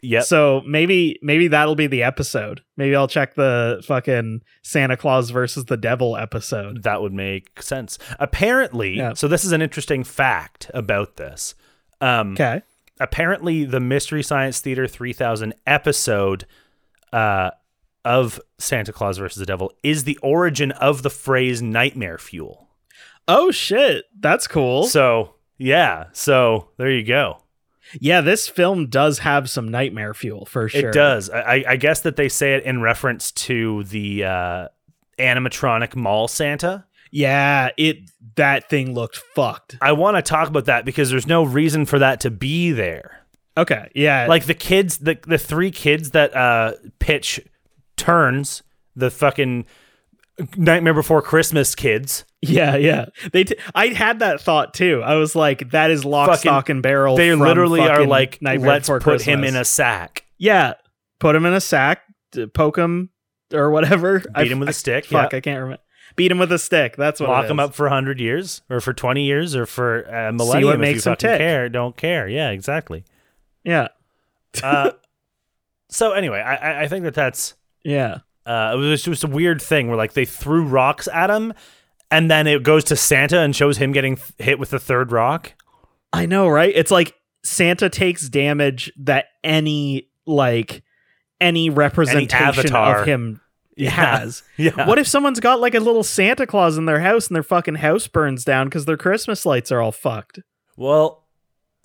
Speaker 2: Yep.
Speaker 3: So maybe maybe that'll be the episode. Maybe I'll check the fucking Santa Claus versus the devil episode.
Speaker 2: That would make sense. Apparently,
Speaker 3: Yeah.
Speaker 2: so this is an interesting fact about this. Um
Speaker 3: Okay.
Speaker 2: apparently the Mystery Science Theater 3000 episode uh, of Santa Claus versus the Devil is the origin of the phrase nightmare fuel.
Speaker 3: Oh shit, that's cool.
Speaker 2: So, yeah. So, there you go.
Speaker 3: yeah, this film does have some nightmare fuel for sure.
Speaker 2: It does. I, I- I guess that they say it in reference to the uh, animatronic mall Santa.
Speaker 3: Yeah, it that thing looked fucked.
Speaker 2: I want to talk about that because there's no reason for that to be there.
Speaker 3: Okay. Yeah.
Speaker 2: like the kids the the three kids that uh pitch turns the fucking nightmare before christmas kids
Speaker 3: Yeah, yeah. They t- I had that thought too. I was like, that is lock,
Speaker 2: Fucking-
Speaker 3: stock, and barrel.
Speaker 2: they
Speaker 3: from
Speaker 2: literally are
Speaker 3: fucking
Speaker 2: like
Speaker 3: Nightmare
Speaker 2: let's
Speaker 3: Before
Speaker 2: put him
Speaker 3: Christmas."
Speaker 2: in a sack
Speaker 3: yeah. Put him in a sack, d- poke him or whatever.
Speaker 2: beat him with a stick
Speaker 3: fuck.
Speaker 2: yeah.
Speaker 3: I can't remember. Beat him with a stick. That's what.
Speaker 2: lock
Speaker 3: it
Speaker 2: him
Speaker 3: is.
Speaker 2: up for 100 years or for 20 years or for a millennium if
Speaker 3: makes
Speaker 2: you
Speaker 3: him
Speaker 2: fucking
Speaker 3: tick.
Speaker 2: care don't care yeah exactly
Speaker 3: Yeah,
Speaker 2: uh, so anyway I, I- I think that that's
Speaker 3: yeah,
Speaker 2: uh, it was just a weird thing where like they threw rocks at him and then it goes to santa and shows him getting th- hit with the third rock
Speaker 3: I know, right? It's like Santa takes damage that any like any representation
Speaker 2: avatar.
Speaker 3: of him
Speaker 2: Yeah.
Speaker 3: has.
Speaker 2: Yeah.
Speaker 3: What if someone's got like a little Santa Claus in their house and their fucking house burns down because their Christmas lights are all fucked?
Speaker 2: Well,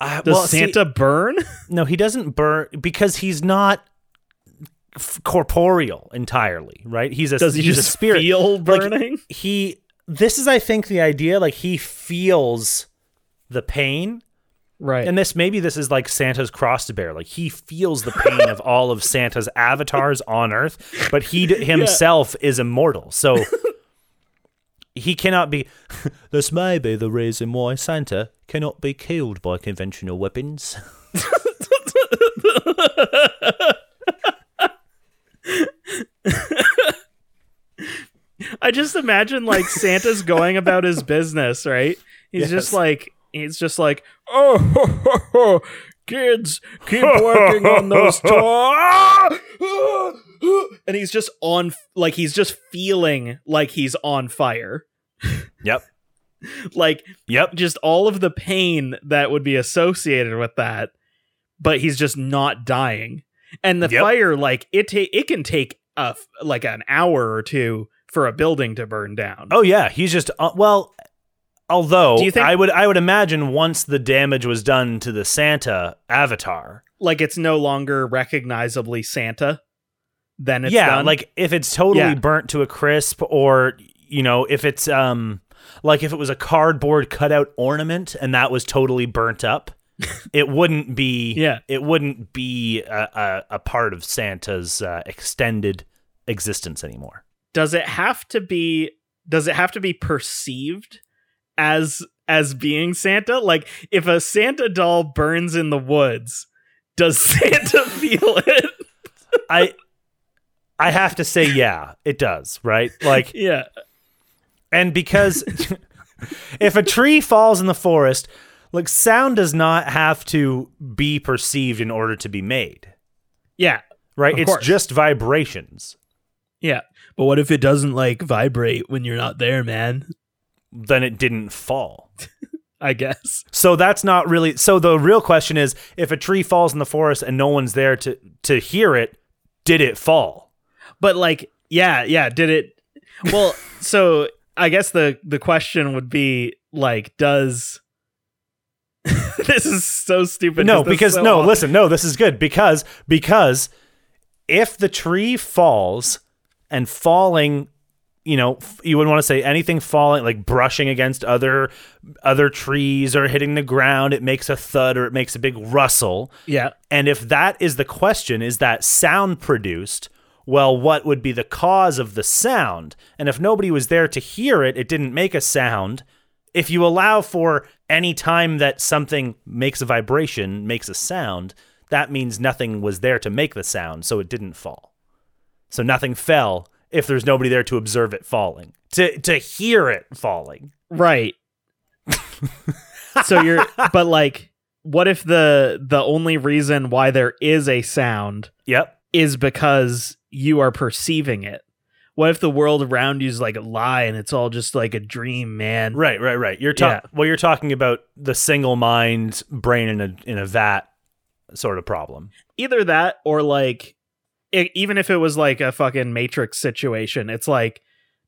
Speaker 2: I,
Speaker 3: Does
Speaker 2: well, see- (laughs)
Speaker 3: Santa burn?
Speaker 2: no, he doesn't burn because he's not f- corporeal entirely, right? He's a
Speaker 3: Does he
Speaker 2: he's
Speaker 3: just
Speaker 2: a spirit.
Speaker 3: feel
Speaker 2: Like,
Speaker 3: burning?
Speaker 2: he this is I think the idea like he feels the pain
Speaker 3: right.
Speaker 2: and this maybe this is like Santa's cross to bear. Like he feels the pain of all of
Speaker 3: (laughs)
Speaker 2: Santa's avatars on Earth, but he d- himself is immortal, so he cannot be. (laughs) this may be the reason why Santa cannot be killed by conventional weapons.
Speaker 3: I just imagine like Santa's going about his business, right? He's
Speaker 2: Yes.
Speaker 3: just like he's just like, oh, ho, ho, ho, kids,
Speaker 2: (laughs)
Speaker 3: keep working on those toys, (laughs) and he's just on like he's just feeling like he's on fire,
Speaker 2: Yep.
Speaker 3: (laughs) like
Speaker 2: Yep.
Speaker 3: just all of the pain that would be associated with that, but he's just not dying. And the
Speaker 2: Yep.
Speaker 3: fire, like it, ta- it can take a f- like an hour or two for a building to burn down.
Speaker 2: Oh yeah, he's just uh, well. Although
Speaker 3: Do you think-
Speaker 2: I would, I would imagine once the damage was done to the Santa avatar,
Speaker 3: like it's no longer recognizably Santa. Then it's
Speaker 2: yeah,
Speaker 3: done.
Speaker 2: like if it's totally
Speaker 3: Yeah.
Speaker 2: burnt to a crisp, or you know, if it's um, like if it was a cardboard cutout ornament and that was totally burnt
Speaker 3: (laughs)
Speaker 2: up, it wouldn't be.
Speaker 3: Yeah.
Speaker 2: it wouldn't be a, a, a part of Santa's uh, extended existence anymore.
Speaker 3: does it have to be? Does it have to be perceived as as being Santa? Like if a Santa doll burns in the woods, does (laughs) Santa feel it?
Speaker 2: I, I have to say, yeah, it does. Right, like
Speaker 3: Yeah,
Speaker 2: And because
Speaker 3: (laughs)
Speaker 2: if a tree falls in the forest, like sound does not have to be perceived in order to be made,
Speaker 3: yeah,
Speaker 2: right?
Speaker 3: Of
Speaker 2: it's
Speaker 3: course.
Speaker 2: just vibrations.
Speaker 3: yeah. But what if it doesn't like vibrate when you're not there, man?
Speaker 2: Then it didn't fall.
Speaker 3: I guess. (laughs)
Speaker 2: So that's not really. So the real question is if a tree falls in the forest and no one's there to, to hear it, did it fall?
Speaker 3: But like, yeah, yeah. Did it?
Speaker 2: (laughs)
Speaker 3: Well, so I guess the the question would be like, does (laughs) this is so stupid?
Speaker 2: no,
Speaker 3: This is
Speaker 2: because
Speaker 3: so
Speaker 2: no,
Speaker 3: off.
Speaker 2: listen, no, this is good because because if the tree falls and falling, you know, f- you wouldn't want to say anything falling like brushing against other other trees or hitting the ground, it makes a thud or it makes a big rustle.
Speaker 3: Yeah,
Speaker 2: And if that is the question, is that sound produced? Well, what would be the cause of the sound? And if nobody was there to hear it, it didn't make a sound. If you allow for any time that something makes a vibration, makes a sound, that means nothing was there to make the sound, so it didn't fall. So nothing fell if there's nobody there to observe it falling, to to hear it falling.
Speaker 3: right.
Speaker 2: (laughs)
Speaker 3: so you're, but like, what if the the only reason why there is a sound
Speaker 2: Yep.
Speaker 3: is because you are perceiving it? What if the world around you is like a lie and it's all just like a dream, man?
Speaker 2: Right, right, right. You're talking.
Speaker 3: Yeah.
Speaker 2: Well, you're talking about the single mind brain in a in a vat sort of problem.
Speaker 3: either that or like e- even if it was like a fucking matrix situation it's like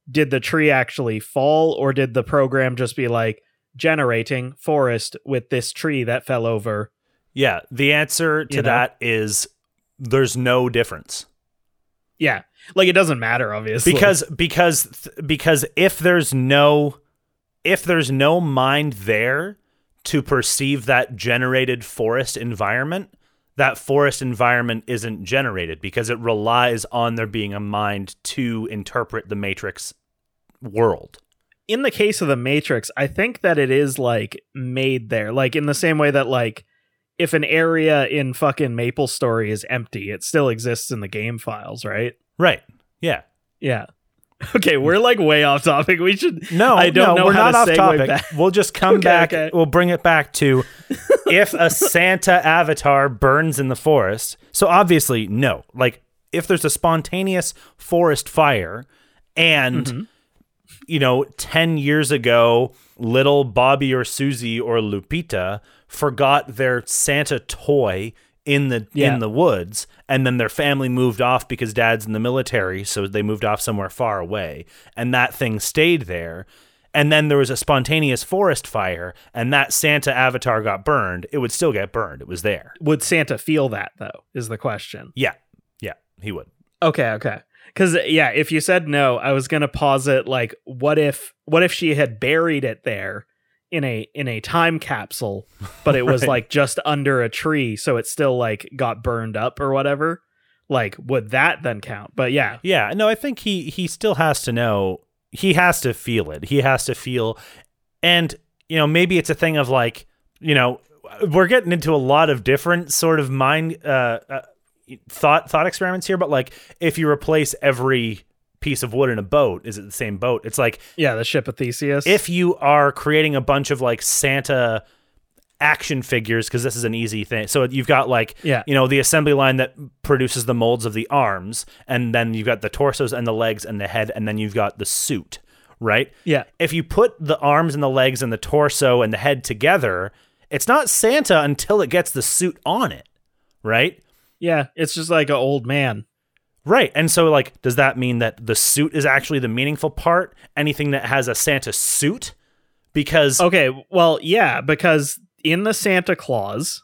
Speaker 3: did the tree actually fall or did the program just be like generating forest with this tree that fell over
Speaker 2: Yeah. The answer to
Speaker 3: You know?
Speaker 2: that is there's no difference
Speaker 3: yeah like it doesn't matter obviously
Speaker 2: because because th- because if there's no if there's no mind there to perceive that generated forest environment that forest environment isn't generated because it relies on there being a mind to interpret the matrix world
Speaker 3: in the case of the matrix i think that it is like made there like in the same way that like if an area in fucking maple story is empty it still exists in the game files right
Speaker 2: right yeah
Speaker 3: yeah (laughs) okay we're like way off topic we
Speaker 2: (laughs)
Speaker 3: should
Speaker 2: No,
Speaker 3: I don't
Speaker 2: no,
Speaker 3: know
Speaker 2: we're
Speaker 3: how
Speaker 2: not
Speaker 3: to
Speaker 2: off
Speaker 3: segue
Speaker 2: topic.
Speaker 3: back.
Speaker 2: (laughs) We'll just come
Speaker 3: Okay,
Speaker 2: back.
Speaker 3: okay.
Speaker 2: We'll bring it back
Speaker 3: (laughs)
Speaker 2: to if a Santa avatar burns in the forest. So obviously, no. Like if there's a spontaneous forest fire and
Speaker 3: Mm-hmm.
Speaker 2: you know, 10 years ago, little Bobby or Susie or Lupita forgot their Santa toy in the
Speaker 3: Yeah.
Speaker 2: in the woods and then their family moved off because dad's in the military so they moved off somewhere far away and that thing stayed there and then there was a spontaneous forest fire and that Santa avatar got burned it would still get burned it was there
Speaker 3: Would Santa feel that though? Is the question.
Speaker 2: yeah yeah he would
Speaker 3: Okay, okay. Cuz yeah, if you said no, I was going to posit like what if what if she had buried it there in a in a time capsule, but it
Speaker 2: (laughs)
Speaker 3: was
Speaker 2: Right.
Speaker 3: like just under a tree, so it still like got burned up or whatever? Like would that then count? But yeah.
Speaker 2: Yeah, no, I think he he still has to know. He has to feel it. He has to feel, and you know, maybe it's a thing of like, you know, we're getting into a lot of different sort of mind uh, uh thought thought experiments here. But like, if you replace every piece of wood in a boat, is it the same boat? It's like
Speaker 3: Yeah, the ship of Theseus.
Speaker 2: if you are creating a bunch of like Santa action figures because this is an easy thing so you've got like
Speaker 3: Yeah.
Speaker 2: you know the assembly line that produces the molds of the arms and then you've got the torsos and the legs and the head and then you've got the suit right
Speaker 3: Yeah.
Speaker 2: if you put the arms and the legs and the torso and the head together it's not santa until it gets the suit on it right
Speaker 3: Yeah, it's just like an old man.
Speaker 2: Right. And so like does that mean that the suit is actually the meaningful part? Anything that has a Santa suit? Because
Speaker 3: Okay, well, yeah, because in the Santa Claus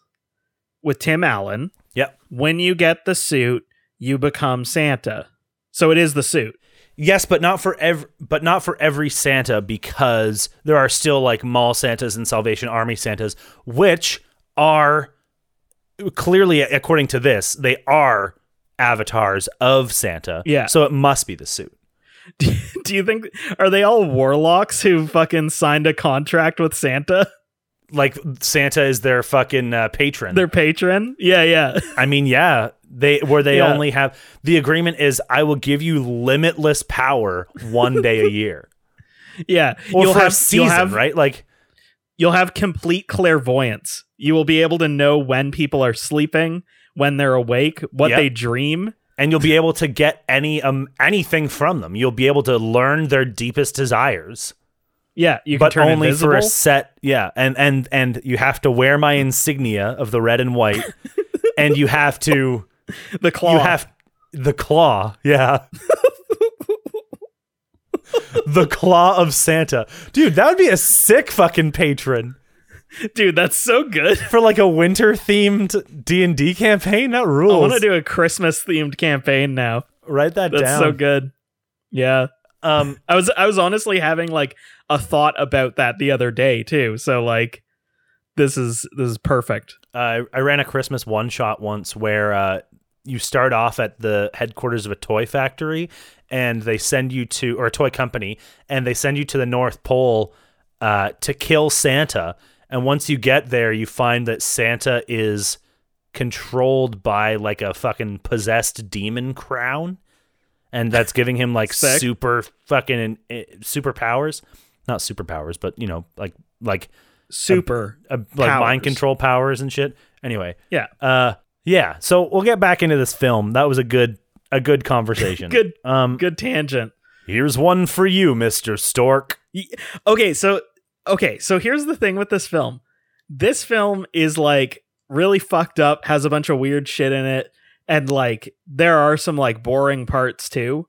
Speaker 3: with Tim Allen,
Speaker 2: Yep.
Speaker 3: when you get the suit, you become Santa. So it is the suit.
Speaker 2: Yes, but not for every but not for every Santa because there are still like mall Santas and Salvation Army Santas which are clearly according to this, they are avatars of Santa.
Speaker 3: Yeah.
Speaker 2: So it must be the suit.
Speaker 3: (laughs) Do you think are they all warlocks who fucking signed a contract with Santa, (laughs)
Speaker 2: Like Santa is their fucking uh, patron.
Speaker 3: their patron? Yeah, yeah. (laughs)
Speaker 2: I mean, yeah, they where they
Speaker 3: Yeah.
Speaker 2: only have the agreement is I will give you limitless power one day a year
Speaker 3: Yeah.
Speaker 2: or for a season,
Speaker 3: (laughs) you'll have
Speaker 2: right? Like,
Speaker 3: you'll have complete clairvoyance. You will be able to know when people are sleeping, when they're awake, what
Speaker 2: Yep.
Speaker 3: they dream.
Speaker 2: and you'll be able to get any um anything from them. You'll be able to learn their deepest desires,
Speaker 3: Yeah, you can
Speaker 2: but
Speaker 3: turn
Speaker 2: only
Speaker 3: invisible.
Speaker 2: for a set. Yeah, and and and you have to wear my insignia of the red and
Speaker 3: (laughs)
Speaker 2: white, and you have to
Speaker 3: the claw.
Speaker 2: you have the claw. Yeah. the claw of Santa. Dude, that would be a sick fucking patron.
Speaker 3: Dude, that's so good. (laughs)
Speaker 2: for like a winter themed D and D campaign. That rules.
Speaker 3: I want to do a Christmas themed campaign now.
Speaker 2: Write that
Speaker 3: That's
Speaker 2: down.
Speaker 3: so good. Yeah.
Speaker 2: Um,
Speaker 3: I was I was honestly having like a thought about that the other day too. So like this is this is perfect.
Speaker 2: uh, I ran a Christmas one shot once where uh, you start off at the headquarters of a toy factory, and they send you to or a toy company, and they send you to the North Pole uh, to kill Santa. And once you get there, you find that Santa is controlled by like a fucking possessed demon crown, and that's giving him like
Speaker 3: Sick.
Speaker 2: super fucking uh, superpowers. Not superpowers, but you know, like like
Speaker 3: Super.
Speaker 2: uh, like mind
Speaker 3: Powers.
Speaker 2: control powers and shit. Anyway,
Speaker 3: Yeah.
Speaker 2: uh, yeah. So we'll get back into this film. That was a good, a good conversation.
Speaker 3: (laughs) Good-
Speaker 2: Um,
Speaker 3: Good tangent.
Speaker 2: here's one for you, Mister Stork.
Speaker 3: Okay, so okay, so here's the thing with this film. This film is like really fucked up, has a bunch of weird shit in it, and like there are some like boring parts too.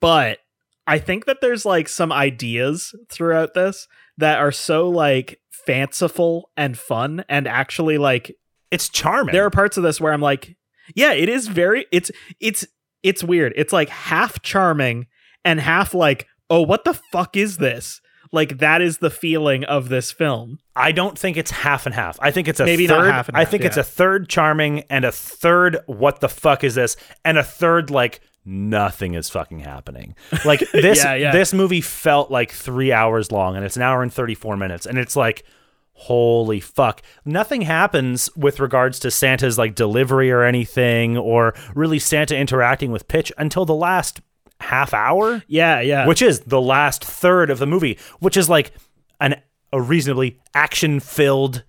Speaker 3: But I think that there's like some ideas throughout this that are so like fanciful and fun and actually like
Speaker 2: It's charming.
Speaker 3: there are parts of this where I'm like, yeah, it is very it's it's it's weird. It's like half charming and half like, oh, what the fuck is this? Like that is the feeling of this film.
Speaker 2: I don't think it's half and half. I think it's a
Speaker 3: Maybe not
Speaker 2: third,
Speaker 3: half and
Speaker 2: I
Speaker 3: half,
Speaker 2: think it's
Speaker 3: yeah.
Speaker 2: a third charming and a third what the fuck is this and a third like nothing is fucking
Speaker 3: (laughs)
Speaker 2: happening. Like this
Speaker 3: Yeah, yeah.
Speaker 2: this movie felt like 3 hours long and it's an hour and 34 minutes and it's like holy fuck. Nothing happens with regards to Santa's like delivery or anything or really Santa interacting with Pitch until the last half hour
Speaker 3: Yeah, yeah.
Speaker 2: which is the last third of the movie, which is like an a reasonably action filled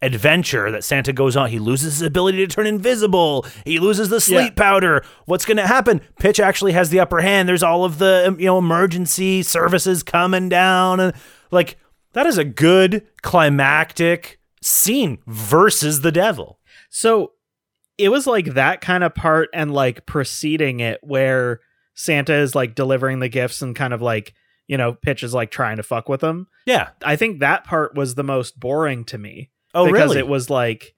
Speaker 2: adventure that Santa goes on. He loses his ability to turn invisible. He loses the sleep powder. What's going to happen? Pitch actually has the upper hand. There's all of the um, you know emergency services coming down and like that is a good climactic scene versus the devil.
Speaker 3: so it was like that kind of part and like preceding it where Santa is like delivering the gifts and kind of like, you know, Pitch is like trying to fuck with them.
Speaker 2: Yeah.
Speaker 3: I think that part was the most boring to me.
Speaker 2: Oh,
Speaker 3: because
Speaker 2: really?
Speaker 3: it was like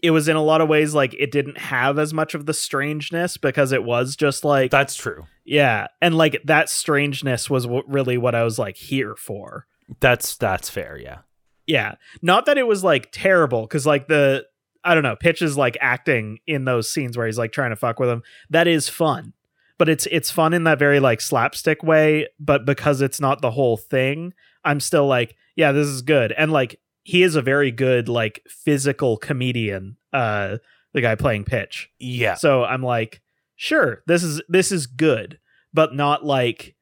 Speaker 3: it was in a lot of ways like it didn't have as much of the strangeness because it was just like
Speaker 2: That's true.
Speaker 3: yeah, and like that strangeness was what really what I was like here for.
Speaker 2: That's that's fair. Yeah.
Speaker 3: Yeah, not that it was like terrible because like the I don't know Pitch is like acting in those scenes where he's like trying to fuck with him. That is fun, but it's it's fun in that very like slapstick way. But because it's not the whole thing, I'm still like yeah, this is good. And like he is a very good like physical comedian. Uh, the guy playing Pitch.
Speaker 2: Yeah.
Speaker 3: So I'm like, sure, this is this is good, but not like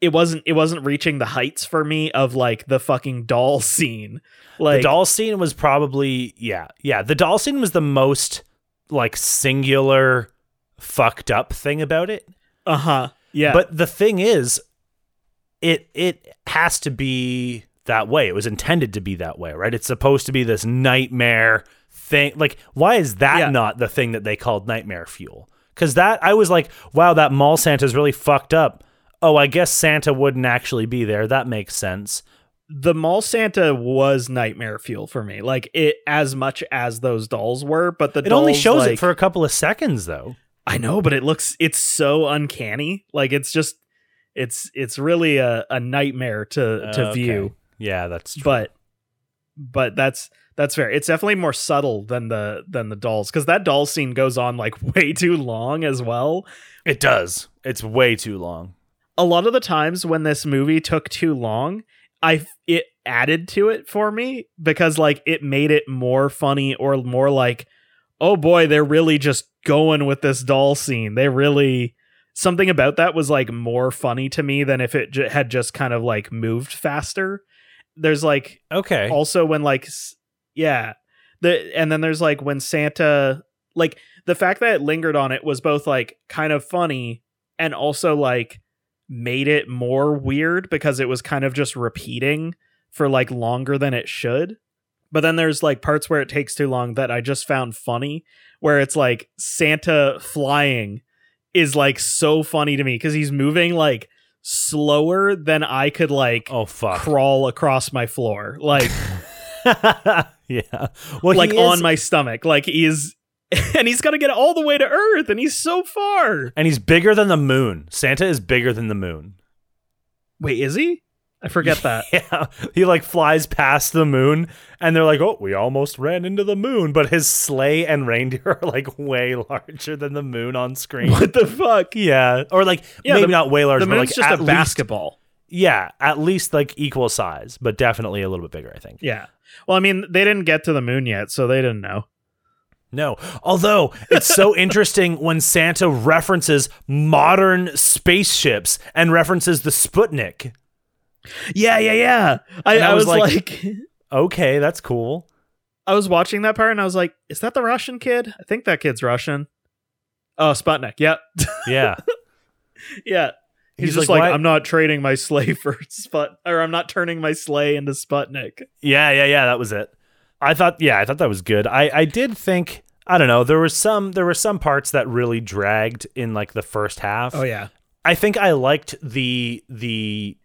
Speaker 3: it wasn't it wasn't reaching the heights for me of like the fucking doll (laughs) scene. Like
Speaker 2: the doll scene was probably yeah yeah the doll scene was the most like singular fucked up thing about it
Speaker 3: uh-huh. Yeah.
Speaker 2: but the thing is it it has to be that way it was intended to be that way right it's supposed to be this nightmare thing like why is that
Speaker 3: Yeah.
Speaker 2: not the thing that they called nightmare fuel because that i was like wow that mall santa's really fucked up oh i guess santa wouldn't actually be there that makes sense
Speaker 3: the mall Santa was nightmare fuel for me. Like it as much as those dolls were, but the
Speaker 2: it only
Speaker 3: dolls,
Speaker 2: shows it
Speaker 3: like-
Speaker 2: for a couple of seconds though
Speaker 3: I know, but it looks it's so uncanny. Like it's just it's it's really a, a nightmare to to
Speaker 2: Okay.
Speaker 3: view.
Speaker 2: yeah that's true.
Speaker 3: but but that's that's fair it's definitely more subtle than the than the dolls because that doll scene goes on like (laughs) way too long as well
Speaker 2: It does. It's way too long.
Speaker 3: a lot of the times when this movie took too long i it added to it for me because like it made it more funny or more like oh boy they're really just going with this doll scene they really something about that was like more funny to me than if it j- had just kind of like moved faster there's like
Speaker 2: Okay.
Speaker 3: also when like s- yeah the and then there's like when santa like the fact that it lingered on it was both like kind of funny and also like made it more weird because it was kind of just repeating for like longer than it should but then there's like parts where it takes too long that i just found funny where it's like santa flying is like so funny to me because he's moving like slower than i could like
Speaker 2: oh fuck.
Speaker 3: crawl across my floor like (laughs)
Speaker 2: yeah. Well,
Speaker 3: like
Speaker 2: he
Speaker 3: on
Speaker 2: is-
Speaker 3: my stomach like he is (laughs) and he's got to get all the way to earth and he's so far
Speaker 2: and he's bigger than the moon. Santa is bigger than the moon. (laughs)
Speaker 3: wait is he i forget that
Speaker 2: Yeah. He like flies past the moon, and they're like, "Oh, we almost ran into the moon," but his sleigh and reindeer are like way (laughs) larger than the moon on screen.
Speaker 3: (laughs) what the fuck
Speaker 2: Yeah, or like
Speaker 3: Yeah,
Speaker 2: maybe
Speaker 3: the-
Speaker 2: not way larger,
Speaker 3: the
Speaker 2: but
Speaker 3: moon's
Speaker 2: like
Speaker 3: just
Speaker 2: at
Speaker 3: a
Speaker 2: least-
Speaker 3: basketball
Speaker 2: yeah, at least like equal size, but definitely a little bit bigger. I think.
Speaker 3: yeah well i mean they didn't get to the moon yet so they didn't know
Speaker 2: No. Although it's so interesting when Santa references modern spaceships and references the Sputnik.
Speaker 3: yeah yeah yeah i,
Speaker 2: And
Speaker 3: I, was, like,
Speaker 2: Okay, that's cool.
Speaker 3: (laughs) i was watching that part and i was like is that the russian kid i think that kid's russian oh sputnik yep
Speaker 2: Yeah.
Speaker 3: (laughs) yeah He's, just like, I'm not trading my sleigh for (laughs) Sput, or I'm not turning my sleigh into Sputnik.
Speaker 2: Yeah, yeah, yeah, that was it. I thought yeah, I thought that was good. I I did think I don't know, there were some there were some parts that really dragged in like the first half.
Speaker 3: Oh, yeah,
Speaker 2: I think I liked the the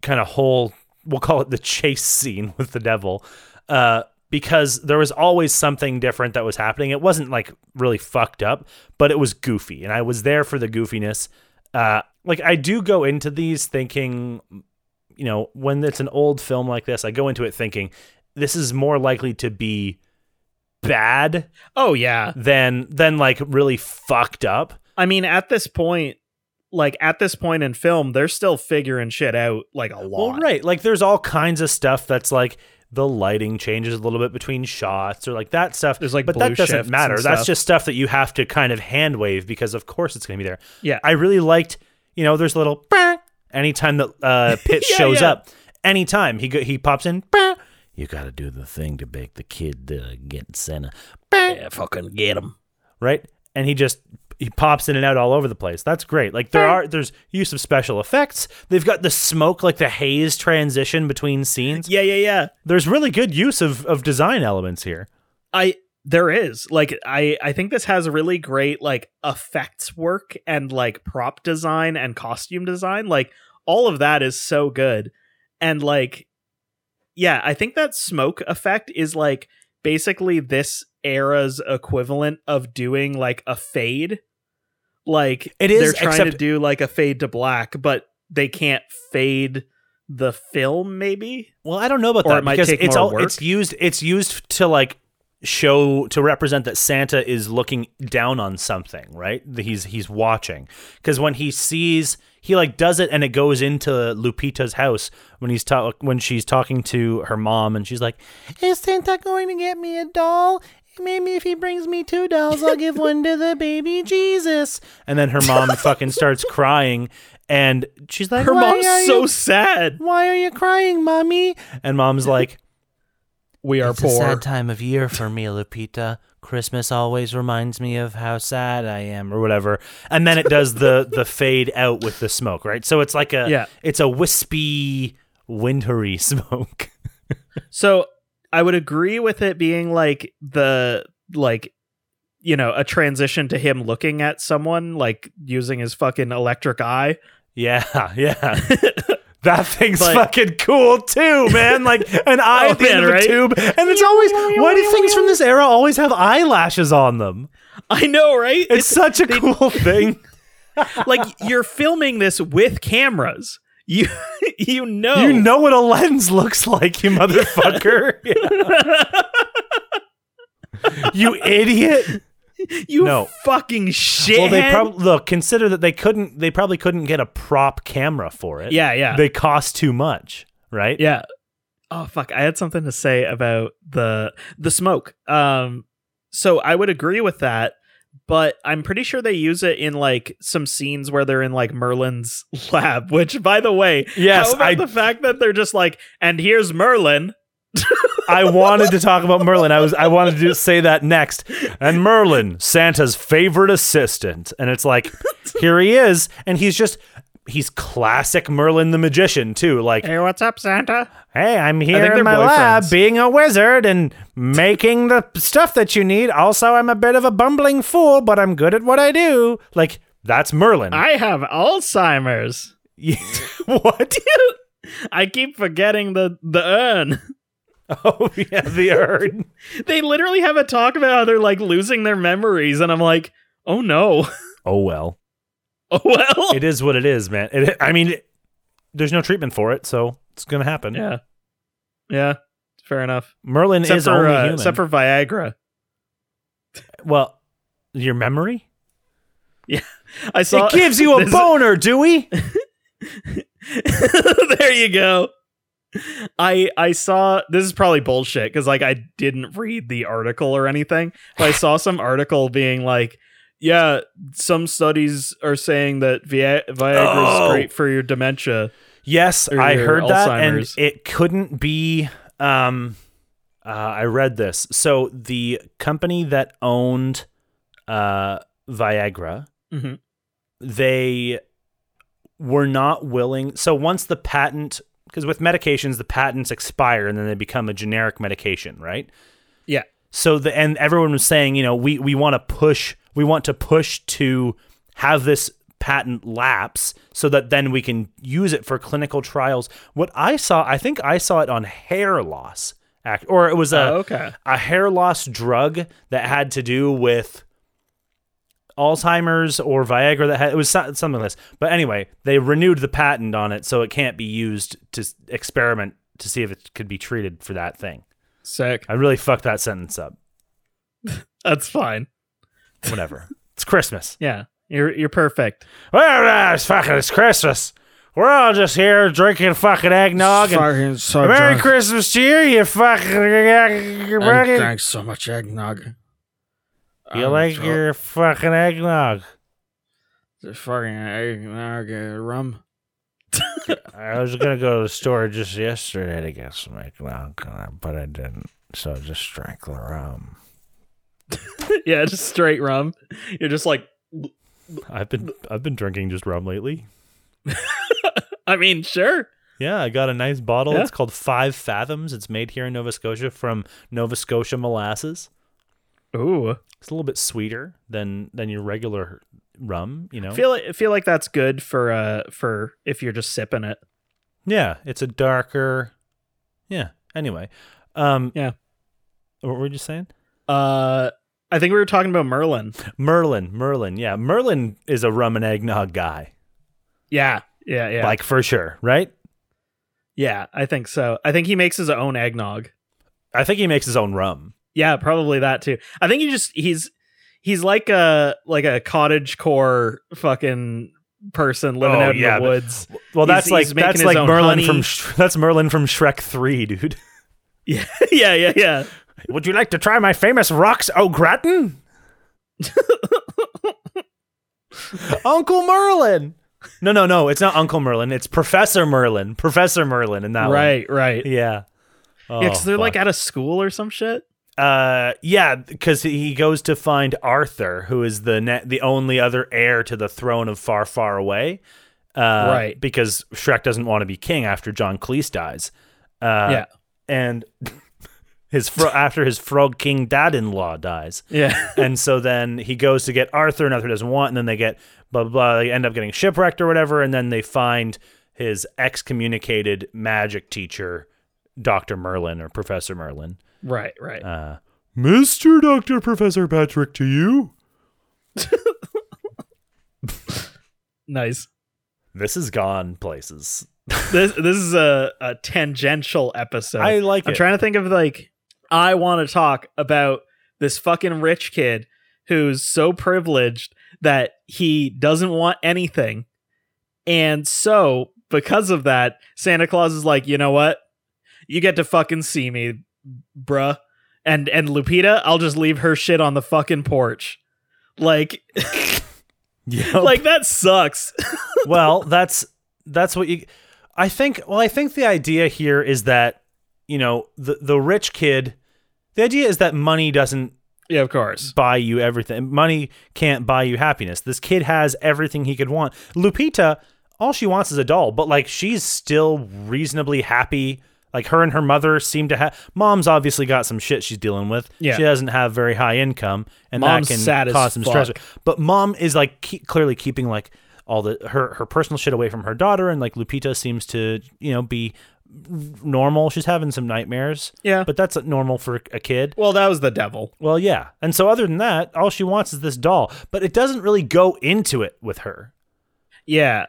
Speaker 2: kind of whole we'll call it the chase scene with the devil uh because there was always something different that was happening it wasn't like really fucked up but it was goofy and I was there for the goofiness uh like I do go into these thinking you know when it's an old film like this I go into it thinking this is more likely to be bad
Speaker 3: oh yeah.
Speaker 2: than than like really fucked up
Speaker 3: I mean, at this point, like at this point in film, they're still figuring shit out like a lot.
Speaker 2: Well, right. Like there's all kinds of stuff that's like the lighting changes a little bit between shots or like that stuff.
Speaker 3: There's, like,
Speaker 2: but
Speaker 3: blue
Speaker 2: that
Speaker 3: shifts
Speaker 2: doesn't
Speaker 3: and
Speaker 2: matter. That's
Speaker 3: stuff.
Speaker 2: just stuff that you have to kind of hand wave because of course it's going to be there.
Speaker 3: Yeah.
Speaker 2: I really liked, you know, there's a little (laughs) "Bah!" anytime that
Speaker 3: (laughs)
Speaker 2: uh, Pitt
Speaker 3: Yeah,
Speaker 2: shows
Speaker 3: yeah.
Speaker 2: up. Anytime he go, he pops in, (laughs) "Bah!"
Speaker 4: You gotta do the thing to make the kid uh, get Santa.
Speaker 5: Yeah, fucking get him.
Speaker 2: right? And he just he pops in and out all over the place. That's great. Like there are there's use of special effects. They've got the smoke like the haze transition between scenes.
Speaker 3: Yeah, yeah, yeah.
Speaker 2: there's really good use of, of design elements here.
Speaker 3: I there is like i i think this has really great like effects work and like prop design and costume design like all of that is so good and like yeah i think that smoke effect is like basically this era's equivalent of doing like a fade like
Speaker 2: It is,
Speaker 3: they're trying to
Speaker 2: except-
Speaker 3: do like a fade to black but they can't fade the film maybe
Speaker 2: Well, I don't know about
Speaker 3: Or
Speaker 2: that
Speaker 3: it might
Speaker 2: because
Speaker 3: take
Speaker 2: it's
Speaker 3: more
Speaker 2: all
Speaker 3: work.
Speaker 2: it's used it's used to like show to represent that Santa is looking down on something, right? That He's he's watching because when he sees he like does it and it goes into Lupita's house when he's ta- when she's talking to her mom and she's like, "Is Santa going to get me a doll?" Maybe if he brings me two dolls, I'll give one to the baby Jesus. And then her
Speaker 3: (laughs)
Speaker 2: mom fucking starts crying, and she's like,
Speaker 3: her
Speaker 2: "Why are
Speaker 3: mom's so
Speaker 2: you
Speaker 3: sad
Speaker 2: why are you crying, mommy? And mom's like,
Speaker 3: we are
Speaker 6: It's
Speaker 3: poor
Speaker 6: a sad time of year for me, Lupita. Christmas always reminds me of how sad I am.
Speaker 2: or whatever. And then it does the the fade out with the smoke, right? So it's like a
Speaker 3: Yeah.
Speaker 2: it's a wispy, wintry (laughs) smoke.
Speaker 3: So I would agree with it being like the like you know a transition to him looking at someone like using his fucking electric eye. (laughs)
Speaker 2: yeah, yeah. That thing's
Speaker 3: But-
Speaker 2: fucking cool too, man. Like an eye (laughs)
Speaker 3: Oh,
Speaker 2: at the end
Speaker 3: man,
Speaker 2: of a
Speaker 3: right?
Speaker 2: tube. And it's always why do things from this era always have eyelashes on them?
Speaker 3: I know, right?
Speaker 2: It's such a (laughs) cool thing.
Speaker 3: like you're filming this with cameras. You (laughs) you know
Speaker 2: You know what a lens looks like, you (laughs) motherfucker. Yeah. you idiot.
Speaker 3: you
Speaker 2: no.
Speaker 3: fucking shit.
Speaker 2: Well, they probably look. Consider that they couldn't. They probably couldn't get a prop camera for it.
Speaker 3: yeah yeah
Speaker 2: they cost too much, right?
Speaker 3: yeah. Oh fuck! I had something to say about the the smoke. Um, so I would agree with that, but I'm pretty sure they use it in like some scenes where they're in like Merlin's (laughs) lab. Which, by the way,
Speaker 2: Yes,
Speaker 3: how about
Speaker 2: I-
Speaker 3: the fact that they're just like, and here's Merlin.
Speaker 2: I wanted to talk about Merlin. I was. I wanted to say that next. And Merlin, Santa's favorite assistant, and it's like, here he is, and he's just. He's classic Merlin the magician too. Like,
Speaker 3: Hey, what's up, Santa?
Speaker 2: hey, I'm
Speaker 3: I think
Speaker 2: here in
Speaker 3: they're
Speaker 2: my lab
Speaker 3: boyfriends.
Speaker 2: being a wizard and making the stuff that you need. Also, I'm a bit of a bumbling fool, but I'm good at what I do. Like, that's Merlin.
Speaker 3: I have Alzheimer's.
Speaker 2: (laughs) what? (laughs)
Speaker 3: I keep forgetting the the urn. (laughs)
Speaker 2: Oh yeah, the urn.
Speaker 3: They literally have a talk about how they're like losing their memories, and I'm like, oh no, (laughs)
Speaker 2: Oh well,
Speaker 3: oh well.
Speaker 2: it is what it is, man. It, I mean, it- there's no treatment for it, so it's gonna happen.
Speaker 3: Yeah. Yeah. Fair enough.
Speaker 2: Merlin
Speaker 3: Except
Speaker 2: is
Speaker 3: for,
Speaker 2: only
Speaker 3: uh,
Speaker 2: human.
Speaker 3: except for Viagra.
Speaker 2: well, your memory.
Speaker 3: I saw
Speaker 2: it gives (laughs) you a
Speaker 3: (laughs) there's-
Speaker 2: boner, Dewey.
Speaker 3: (laughs) there you go. I I saw this is probably bullshit because like I didn't read the article or anything,
Speaker 2: (laughs)
Speaker 3: but I saw some article being like, yeah, some studies are saying that Via- Viagra is
Speaker 2: Oh.
Speaker 3: great for your dementia.
Speaker 2: Yes,
Speaker 3: Or
Speaker 2: I
Speaker 3: your
Speaker 2: heard that,
Speaker 3: Alzheimer's.
Speaker 2: and it couldn't be. Um, uh, I read this. So the company that owned uh, Viagra,
Speaker 3: Mhm.
Speaker 2: they were not willing. So once the patent, because with medications, the patents expire and then they become a generic medication, right?
Speaker 3: Yeah.
Speaker 2: So the and everyone was saying, you know, we we want to push, we want to push to have this patent lapse so that then we can use it for clinical trials. What I saw, I think I saw it on hair loss, act, or it was a
Speaker 3: okay.
Speaker 2: a hair loss drug that had to do with Alzheimer's or Viagra that had, it was so- something like this. But anyway, they renewed the patent on it, so it can't be used to s- experiment to see if it could be treated for that thing.
Speaker 3: Sick.
Speaker 2: I really fucked that sentence up.
Speaker 3: That's fine.
Speaker 2: Whatever. it's Christmas.
Speaker 3: Yeah. You're you're perfect.
Speaker 2: Well, it's fucking it's Christmas. We're all just here drinking fucking eggnog. and
Speaker 5: Fucking so
Speaker 2: Merry
Speaker 5: drunk.
Speaker 2: Christmas to you, you
Speaker 5: (laughs)
Speaker 2: fucking.
Speaker 5: I drank so much eggnog.
Speaker 2: You
Speaker 5: I'm
Speaker 2: like
Speaker 5: so-
Speaker 2: your fucking eggnog.
Speaker 5: the fucking eggnog uh, rum?
Speaker 2: I was gonna go to the store just yesterday to get some eggnog, but I didn't. So I just drank the rum.
Speaker 3: (laughs) yeah, just straight rum. You're just like
Speaker 2: I've been I've been drinking just rum lately.
Speaker 3: I mean, sure.
Speaker 2: Yeah, I got a nice bottle.
Speaker 3: Yeah.
Speaker 2: It's called Five Fathoms. It's made here in Nova Scotia from Nova Scotia molasses.
Speaker 3: Ooh.
Speaker 2: It's a little bit sweeter than than your regular rum, you know.
Speaker 3: Feel it feel like that's good for uh for if you're just sipping it.
Speaker 2: yeah, it's a darker. Yeah. Anyway, um,
Speaker 3: Yeah.
Speaker 2: What were you saying?
Speaker 3: Uh I think we were talking about Merlin.
Speaker 2: Merlin, Merlin. Yeah, Merlin is a rum and eggnog guy,
Speaker 3: Yeah. Yeah, yeah.
Speaker 2: like for sure, right?
Speaker 3: yeah, I think so. I think he makes his own eggnog.
Speaker 2: I think he makes his own rum.
Speaker 3: Yeah, probably that too. I think he just he's he's like a like a cottage core fucking person living
Speaker 2: Oh,
Speaker 3: out in
Speaker 2: yeah,
Speaker 3: the
Speaker 2: but-
Speaker 3: woods. (laughs)
Speaker 2: Well,
Speaker 3: He's-
Speaker 2: that's like
Speaker 3: he's making
Speaker 2: that's
Speaker 3: his
Speaker 2: like
Speaker 3: own
Speaker 2: Merlin
Speaker 3: honey.
Speaker 2: from Sh- that's Merlin from Shrek Three, dude.
Speaker 3: Yeah, yeah, yeah, yeah.
Speaker 2: Would you like to try my famous rocks au gratin? (laughs) Uncle Merlin. No, no, no. It's not Uncle Merlin. It's Professor Merlin. Professor Merlin in (laughs) that one.
Speaker 3: right, right.
Speaker 2: Yeah.
Speaker 3: Yeah,
Speaker 2: Oh,
Speaker 3: because they're like
Speaker 2: fuck.
Speaker 3: out of school or some shit.
Speaker 2: uh, yeah, because he goes to find Arthur, who is the ne- the only other heir to the throne of Far Far Away. Uh,
Speaker 3: Right.
Speaker 2: Because Shrek doesn't want to be king after John Cleese dies. Uh,
Speaker 3: Yeah.
Speaker 2: And (laughs) his fro- after his frog king dad in law dies.
Speaker 3: Yeah,
Speaker 2: and so then he goes to get Arthur, and Arthur doesn't want, and then they get blah blah blah. They end up getting shipwrecked or whatever, and then they find his excommunicated magic teacher, Doctor Merlin or Professor Merlin.
Speaker 3: (laughs) right, right.
Speaker 2: Uh,
Speaker 1: Mr. Dr. Professor Patrick to you.
Speaker 3: nice.
Speaker 2: this has gone places.
Speaker 3: This this is a, a tangential episode.
Speaker 2: I like
Speaker 3: I'm
Speaker 2: it.
Speaker 3: trying to think of like I want to talk about this fucking rich kid who's so privileged that he doesn't want anything. And so, because of that, Santa Claus is like, "You know what? You get to fucking see me, bruh." And and Lupita, I'll just leave her shit on the fucking porch. Like
Speaker 2: (laughs) yeah.
Speaker 3: like that sucks.
Speaker 2: well, that's that's what you. I think. Well, I think the idea here is that you know the the rich kid. The idea is that money doesn't
Speaker 3: Yeah, of course.
Speaker 2: buy you everything. Money can't buy you happiness. This kid has everything he could want. Lupita, all she wants is a doll, but like she's still reasonably happy. Like her and her mother seem to have. Mom's obviously got some shit she's dealing with.
Speaker 3: Yeah.
Speaker 2: She doesn't have very high income, and
Speaker 3: Mom's
Speaker 2: that can
Speaker 3: sad as
Speaker 2: cause some stress.
Speaker 3: fuck.
Speaker 2: But mom is like keep, clearly keeping like all the her her personal shit away from her daughter, and like Lupita seems to you know be normal. She's having some nightmares.
Speaker 3: Yeah.
Speaker 2: but that's normal for a kid.
Speaker 3: Well, that was the devil.
Speaker 2: Well, yeah. And so, other than that, all she wants is this doll, but it doesn't really go into it with her.
Speaker 3: Yeah.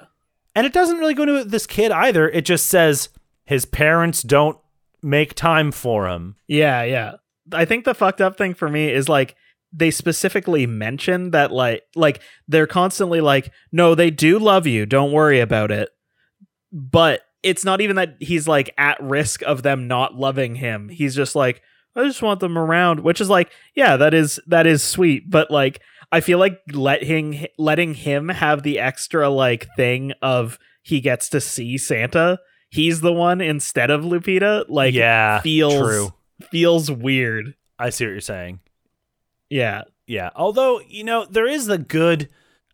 Speaker 2: And it doesn't really go into it with this kid either. It just says his parents don't make time for him.
Speaker 3: Yeah, yeah. I think the fucked up thing for me is like they specifically mention that like like they're constantly like no they do love you don't worry about it but it's not even that he's like at risk of them not loving him he's just like i just want them around which is like yeah that is that is sweet but like i feel like letting letting him have the extra like thing of he gets to see santa he's the one instead of lupita like
Speaker 2: yeah,
Speaker 3: feels
Speaker 2: Ah, true.
Speaker 3: feels weird.
Speaker 2: I see what you're saying.
Speaker 3: Yeah.
Speaker 2: Yeah. Although, you know, there is the good.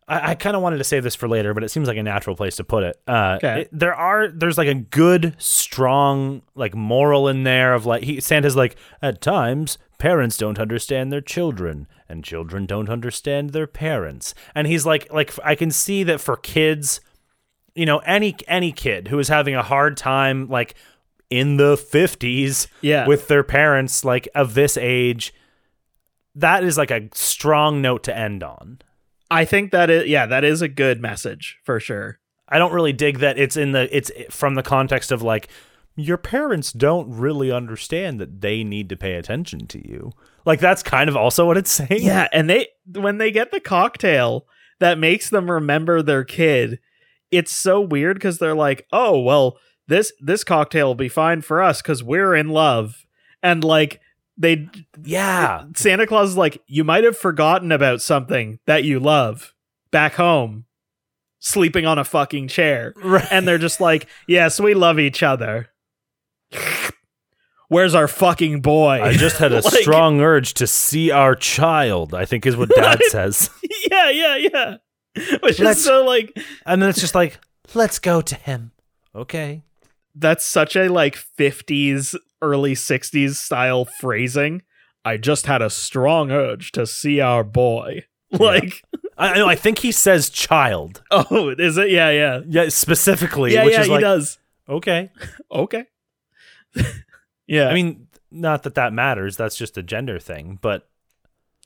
Speaker 2: I, I kind of wanted to save this for later, but it seems like a natural place to put it. Uh,
Speaker 3: Okay.
Speaker 2: it- There are, there's like a good, strong, like moral in there of like, he, Santa's like, at times, parents don't understand their children and children don't understand their parents. And he's like, like, I can see that for kids, you know, any, any kid who is having a hard time, like in the 50s,
Speaker 3: Yeah.
Speaker 2: with their parents like of this age that is like a strong note to end on
Speaker 3: I think that is yeah, that is a good message for sure.
Speaker 2: i don't really dig that it's in the it's from the context of like your parents don't really understand that they need to pay attention to you like that's kind of also what it's saying
Speaker 3: Yeah, and they when they get the cocktail that makes them remember their kid, it's so weird cuz they're like, "Oh, well, this this cocktail will be fine for us cuz we're in love." And like they (laughs)
Speaker 2: yeah
Speaker 3: Santa Claus is like, "You might have forgotten about something that you love back home." Sleeping on a fucking chair.
Speaker 2: right
Speaker 3: and they're just like, "Yes, we love each other." Where's our fucking boy?
Speaker 2: i just had a
Speaker 3: Like-
Speaker 2: strong urge to see our child i think is
Speaker 3: (laughs)
Speaker 2: what dad says
Speaker 3: (laughs) yeah, yeah, yeah. Which
Speaker 6: Let's-
Speaker 3: is so like
Speaker 2: and then it's just like
Speaker 6: Let's go to him.
Speaker 2: okay
Speaker 3: that's such a like 50s early 60s style phrasing I just had a strong urge to see our boy. Like, (laughs)
Speaker 2: I, I know. I think he says child.
Speaker 3: oh, is it? Yeah, yeah.
Speaker 2: Yeah, specifically,
Speaker 3: Yeah,
Speaker 2: which
Speaker 3: yeah,
Speaker 2: is
Speaker 3: he
Speaker 2: like
Speaker 3: does.
Speaker 2: okay.
Speaker 3: Okay. (laughs) yeah.
Speaker 2: I mean, not that that matters. That's just a gender thing. But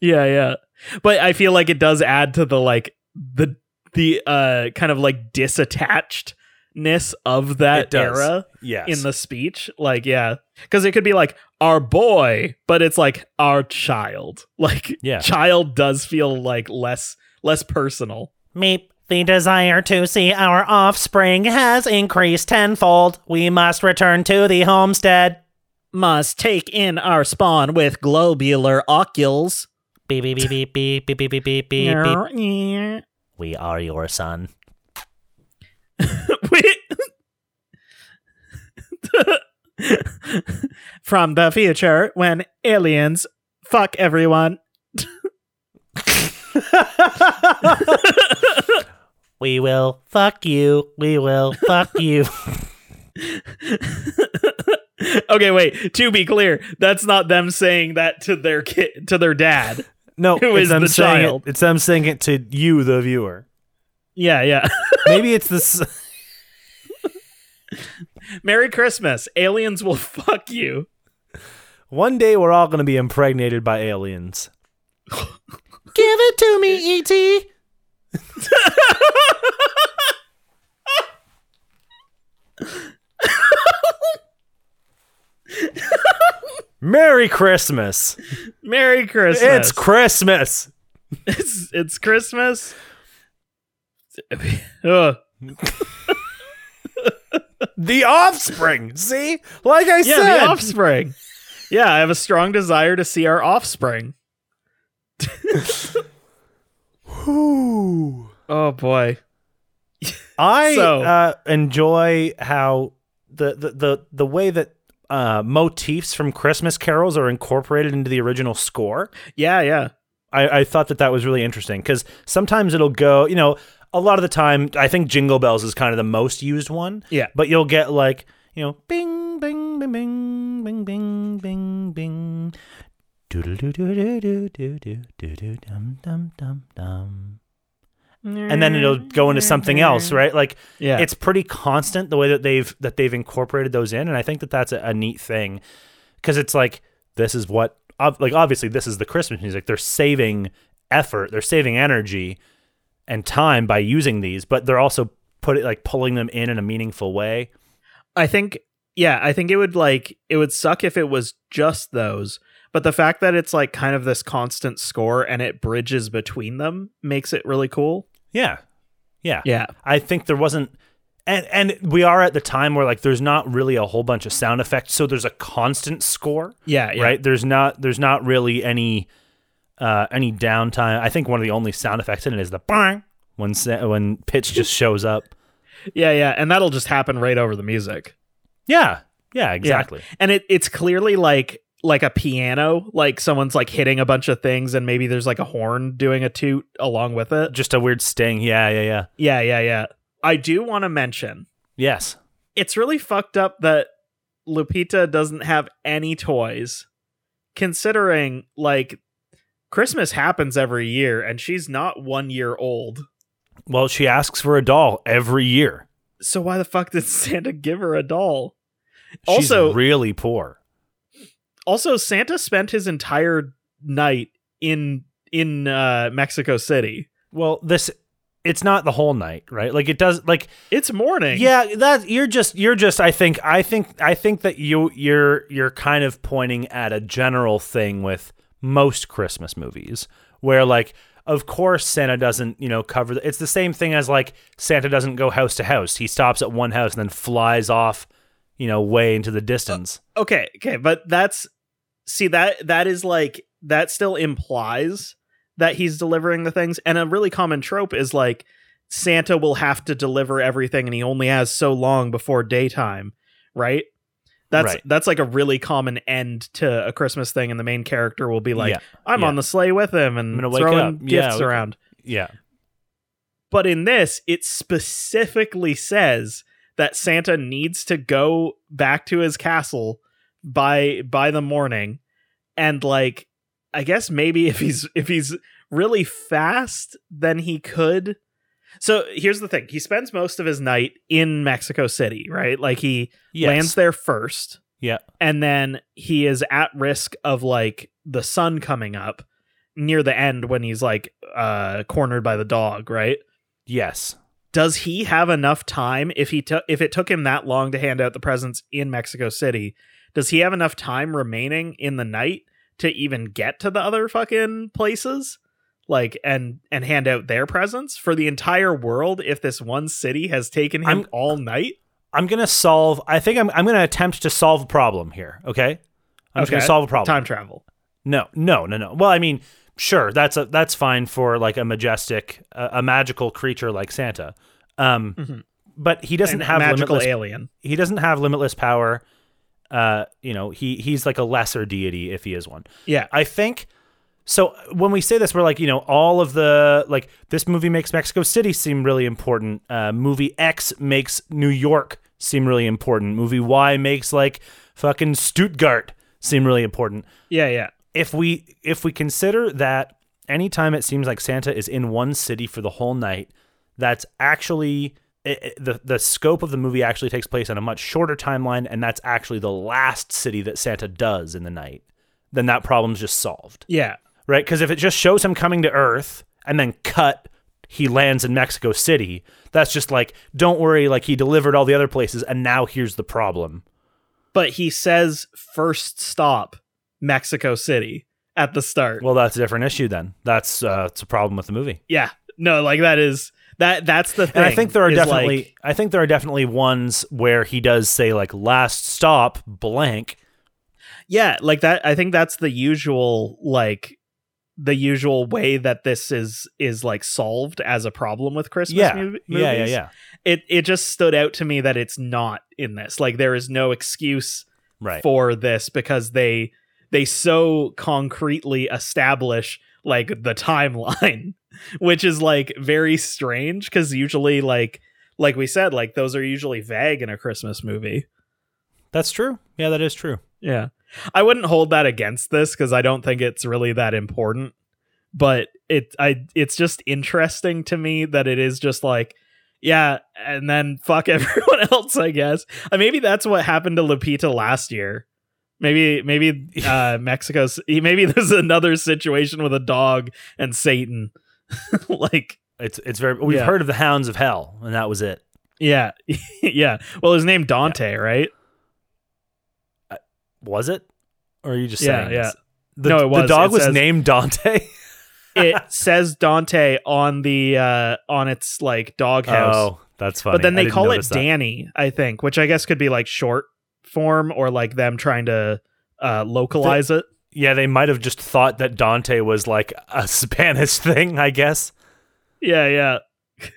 Speaker 3: Yeah, yeah. But I feel like it does add to the like the the uh kind of like disattachedness of
Speaker 2: It
Speaker 3: that
Speaker 2: does.
Speaker 3: era
Speaker 2: yes,
Speaker 3: in the speech. Like, yeah. Cuz it could be like our boy, but it's like our child. (laughs) Like
Speaker 2: Yeah.
Speaker 3: child does feel like less less personal.
Speaker 6: Meep. The desire to see our offspring has increased tenfold. We must return to the homestead.
Speaker 3: Must take in our spawn with globular ocules.
Speaker 6: Beep beep beep beep beep beep beep beep beep beep. beep.
Speaker 3: Wait.
Speaker 6: We are your son.
Speaker 3: From the future when aliens fuck everyone.
Speaker 6: We will fuck you. We will fuck you.
Speaker 3: okay, wait. To be clear, that's not them saying that to their kid, to their dad.
Speaker 6: (laughs)
Speaker 2: no,
Speaker 3: Who
Speaker 2: it's
Speaker 3: is
Speaker 2: them
Speaker 3: the
Speaker 2: saying
Speaker 3: child?
Speaker 2: It, it's them saying it to you, the viewer.
Speaker 3: Yeah, yeah.
Speaker 2: Maybe it's this. (laughs)
Speaker 3: Merry Christmas. Aliens will (laughs) fuck you.
Speaker 2: One day we're all going to be impregnated
Speaker 6: (laughs)
Speaker 2: by aliens.
Speaker 6: Give it to me, E E.T.
Speaker 2: Merry Christmas!
Speaker 3: Merry Christmas.
Speaker 2: It's Christmas.
Speaker 3: it's, it's Christmas. (laughs) Ugh.
Speaker 2: The offspring. See, like I
Speaker 3: Yeah,
Speaker 2: said,
Speaker 3: the offspring. Yeah, I have a strong desire to see our offspring.
Speaker 2: Ooh.
Speaker 3: Oh boy.
Speaker 2: I
Speaker 3: So-
Speaker 2: uh, enjoy how the, the the the way that uh, motifs from Christmas carols are incorporated into the original score.
Speaker 3: Yeah, yeah.
Speaker 2: I, I thought that that was really interesting because sometimes it'll go, you know, a lot of the time. I think Jingle Bells is kind of the most used one.
Speaker 3: Yeah.
Speaker 2: but you'll get like you know, Bing Bing Bing Bing Bing Bing Bing Bing. Doodle doo doo doo doo doo doo doo doo dum dum dum dum. And then it'll go into something else, right? Like
Speaker 3: Yeah.
Speaker 2: it's pretty constant the way that they've that they've incorporated those in and i think that that's a, a neat thing because it's like this is what ob- like obviously this is the christmas music they're saving effort they're saving energy and time by using these but they're also put it like pulling them in in a meaningful way
Speaker 3: I think yeah, I think it would like it would suck if it was just those. But the fact that it's like kind of this constant score and it bridges between them makes it really cool.
Speaker 2: yeah yeah
Speaker 3: Yeah.
Speaker 2: I think there wasn't and and we are at the time where like there's not really a whole bunch of sound effects, so there's a constant score.
Speaker 3: Yeah, yeah.
Speaker 2: Right? There's not there's not really any uh any downtime. I think one of the only sound effects in it is the bang when sa- when
Speaker 3: (laughs)
Speaker 2: pitch just shows up.
Speaker 3: Yeah, yeah. And that'll just happen right over the music.
Speaker 2: Yeah. Yeah, exactly.
Speaker 3: And it it's clearly like like a piano, like someone's like hitting a bunch of things and maybe there's like a horn doing a toot along with it.
Speaker 2: Just a weird sting. Yeah, yeah, yeah.
Speaker 3: Yeah, yeah, yeah. I do want to mention
Speaker 2: Yes.
Speaker 3: it's really fucked up that Lupita doesn't have any toys, considering like Christmas happens every year and she's not one year old.
Speaker 2: Well, she asks for a doll every year.
Speaker 3: So why the fuck did (laughs) Santa give her a doll?
Speaker 2: She's
Speaker 3: Also-
Speaker 2: really poor.
Speaker 3: Also, Santa spent his entire night in in uh, Mexico City.
Speaker 2: Well, this it's not the whole night, right? Like it does like
Speaker 3: It's morning.
Speaker 2: Yeah, that you're just you're just I think I think I think that you you're you're kind of pointing at a general thing with most Christmas movies where like of course Santa doesn't, you know, cover the, it's the same thing as like Santa doesn't go house to house. He stops at one house and then flies off, you know, way into the distance.
Speaker 3: Okay. Okay. But that's see that that is like that still implies that he's delivering the things. And a really common trope is like Santa will have to deliver everything, and he only has so long before daytime, right? That's
Speaker 2: Right.
Speaker 3: that's like a really common end to a Christmas thing, and the main character will be Uh, like,
Speaker 2: Yeah,
Speaker 3: "I'm
Speaker 2: yeah.
Speaker 3: on the sleigh with him and
Speaker 2: gonna wake
Speaker 3: throwing
Speaker 2: up. Yeah,
Speaker 3: gifts
Speaker 2: wake up."
Speaker 3: around."
Speaker 2: Yeah.
Speaker 3: But in this, it specifically says that Santa needs to go back to his castle by by the morning and like I guess maybe if he's if he's really fast, then he could. So here's the thing: he spends most of his night in Mexico City, right? Like he
Speaker 2: Yes.
Speaker 3: lands there first.
Speaker 2: Yeah.
Speaker 3: and then he is at risk of like the sun coming up near the end when he's like uh cornered by the dog, right?
Speaker 2: Yes.
Speaker 3: does he have enough time if he took if it took him that long to hand out the presents in Mexico City? Does he have enough time remaining in the night to even get to the other fucking places? Like and and hand out their presents for the entire world if this one city has taken him
Speaker 2: I'm-
Speaker 3: all night?
Speaker 2: I'm gonna solve. I think I'm. I'm gonna attempt to solve a problem here. Okay. I'm just gonna
Speaker 3: Okay.
Speaker 2: solve a problem.
Speaker 3: Time travel.
Speaker 2: No, no, no, no. Well, I mean, sure, that's a that's fine for like a majestic, uh, a magical creature like Santa. Um,
Speaker 3: Mhm.
Speaker 2: but he doesn't
Speaker 3: And
Speaker 2: have
Speaker 3: magical
Speaker 2: limitless.
Speaker 3: alien.
Speaker 2: He doesn't have limitless power. Uh, you know, he he's like a lesser deity if he is one.
Speaker 3: Yeah.
Speaker 2: I think so when we say this, we're like, you know, all of the like this movie makes Mexico City seem really important. Uh, movie X makes New York seem really important. Movie Y makes like fucking Stuttgart seem really important.
Speaker 3: Yeah, yeah.
Speaker 2: If we if we consider that anytime it seems like Santa is in one city for the whole night, that's actually it, it- the the scope of the movie actually takes place on a much shorter timeline, and that's actually the last city that Santa does in the night. Then that problem's just solved
Speaker 3: Yeah.
Speaker 2: right? Because if it just shows him coming to Earth and then cut, he lands in Mexico City. That's just like, don't worry, like he delivered all the other places, and now here's the problem.
Speaker 3: But he says first stop Mexico City at the start.
Speaker 2: Well, that's a different issue then. That's uh, it's a problem with the movie.
Speaker 3: Yeah. No, like that is that that's the thing.
Speaker 2: And I think there are
Speaker 3: is,
Speaker 2: definitely,
Speaker 3: like,
Speaker 2: I think there are definitely ones where he does say like last stop blank.
Speaker 3: yeah, like that I think that's the usual like the usual way that this is is like solved as a problem with Christmas
Speaker 2: yeah,
Speaker 3: mov- movies.
Speaker 2: yeah, yeah, yeah.
Speaker 3: It it just stood out to me that it's not in this. Like there is no excuse
Speaker 2: Right.
Speaker 3: for this because they they so concretely establish like the timeline (laughs) which is like very strange cuz usually like like we said like those are usually vague in a christmas movie
Speaker 2: That's true. Yeah, that is true.
Speaker 3: yeah i wouldn't hold that against this cuz i don't think it's really that important but it i it's just interesting to me that it is just like yeah and then fuck (laughs) everyone else i guess Uh, maybe that's what happened to lupita last year maybe maybe uh mexico's maybe there's another situation with a dog and satan (laughs) like
Speaker 2: It's it's very. We've
Speaker 3: Yeah.
Speaker 2: heard of the Hounds of Hell, and that was it.
Speaker 3: yeah (laughs) yeah well his name dante right
Speaker 2: Was it? Or are you just
Speaker 3: Yeah,
Speaker 2: saying?
Speaker 3: yeah.
Speaker 2: this? The,
Speaker 3: No, it
Speaker 2: The
Speaker 3: was.
Speaker 2: dog
Speaker 3: It
Speaker 2: was
Speaker 3: says-
Speaker 2: named
Speaker 3: (laughs)
Speaker 2: Dante.
Speaker 3: it says dante on the uh on its like doghouse
Speaker 2: Oh, that's funny.
Speaker 3: but then
Speaker 2: I
Speaker 3: they
Speaker 2: didn't
Speaker 3: call it
Speaker 2: notice that.
Speaker 3: Danny, I think, which I guess could be like short form or like them trying to uh, localize it.
Speaker 2: Yeah, they might have just thought that Dante was like a (laughs) Spanish thing. I guess.
Speaker 3: Yeah, yeah.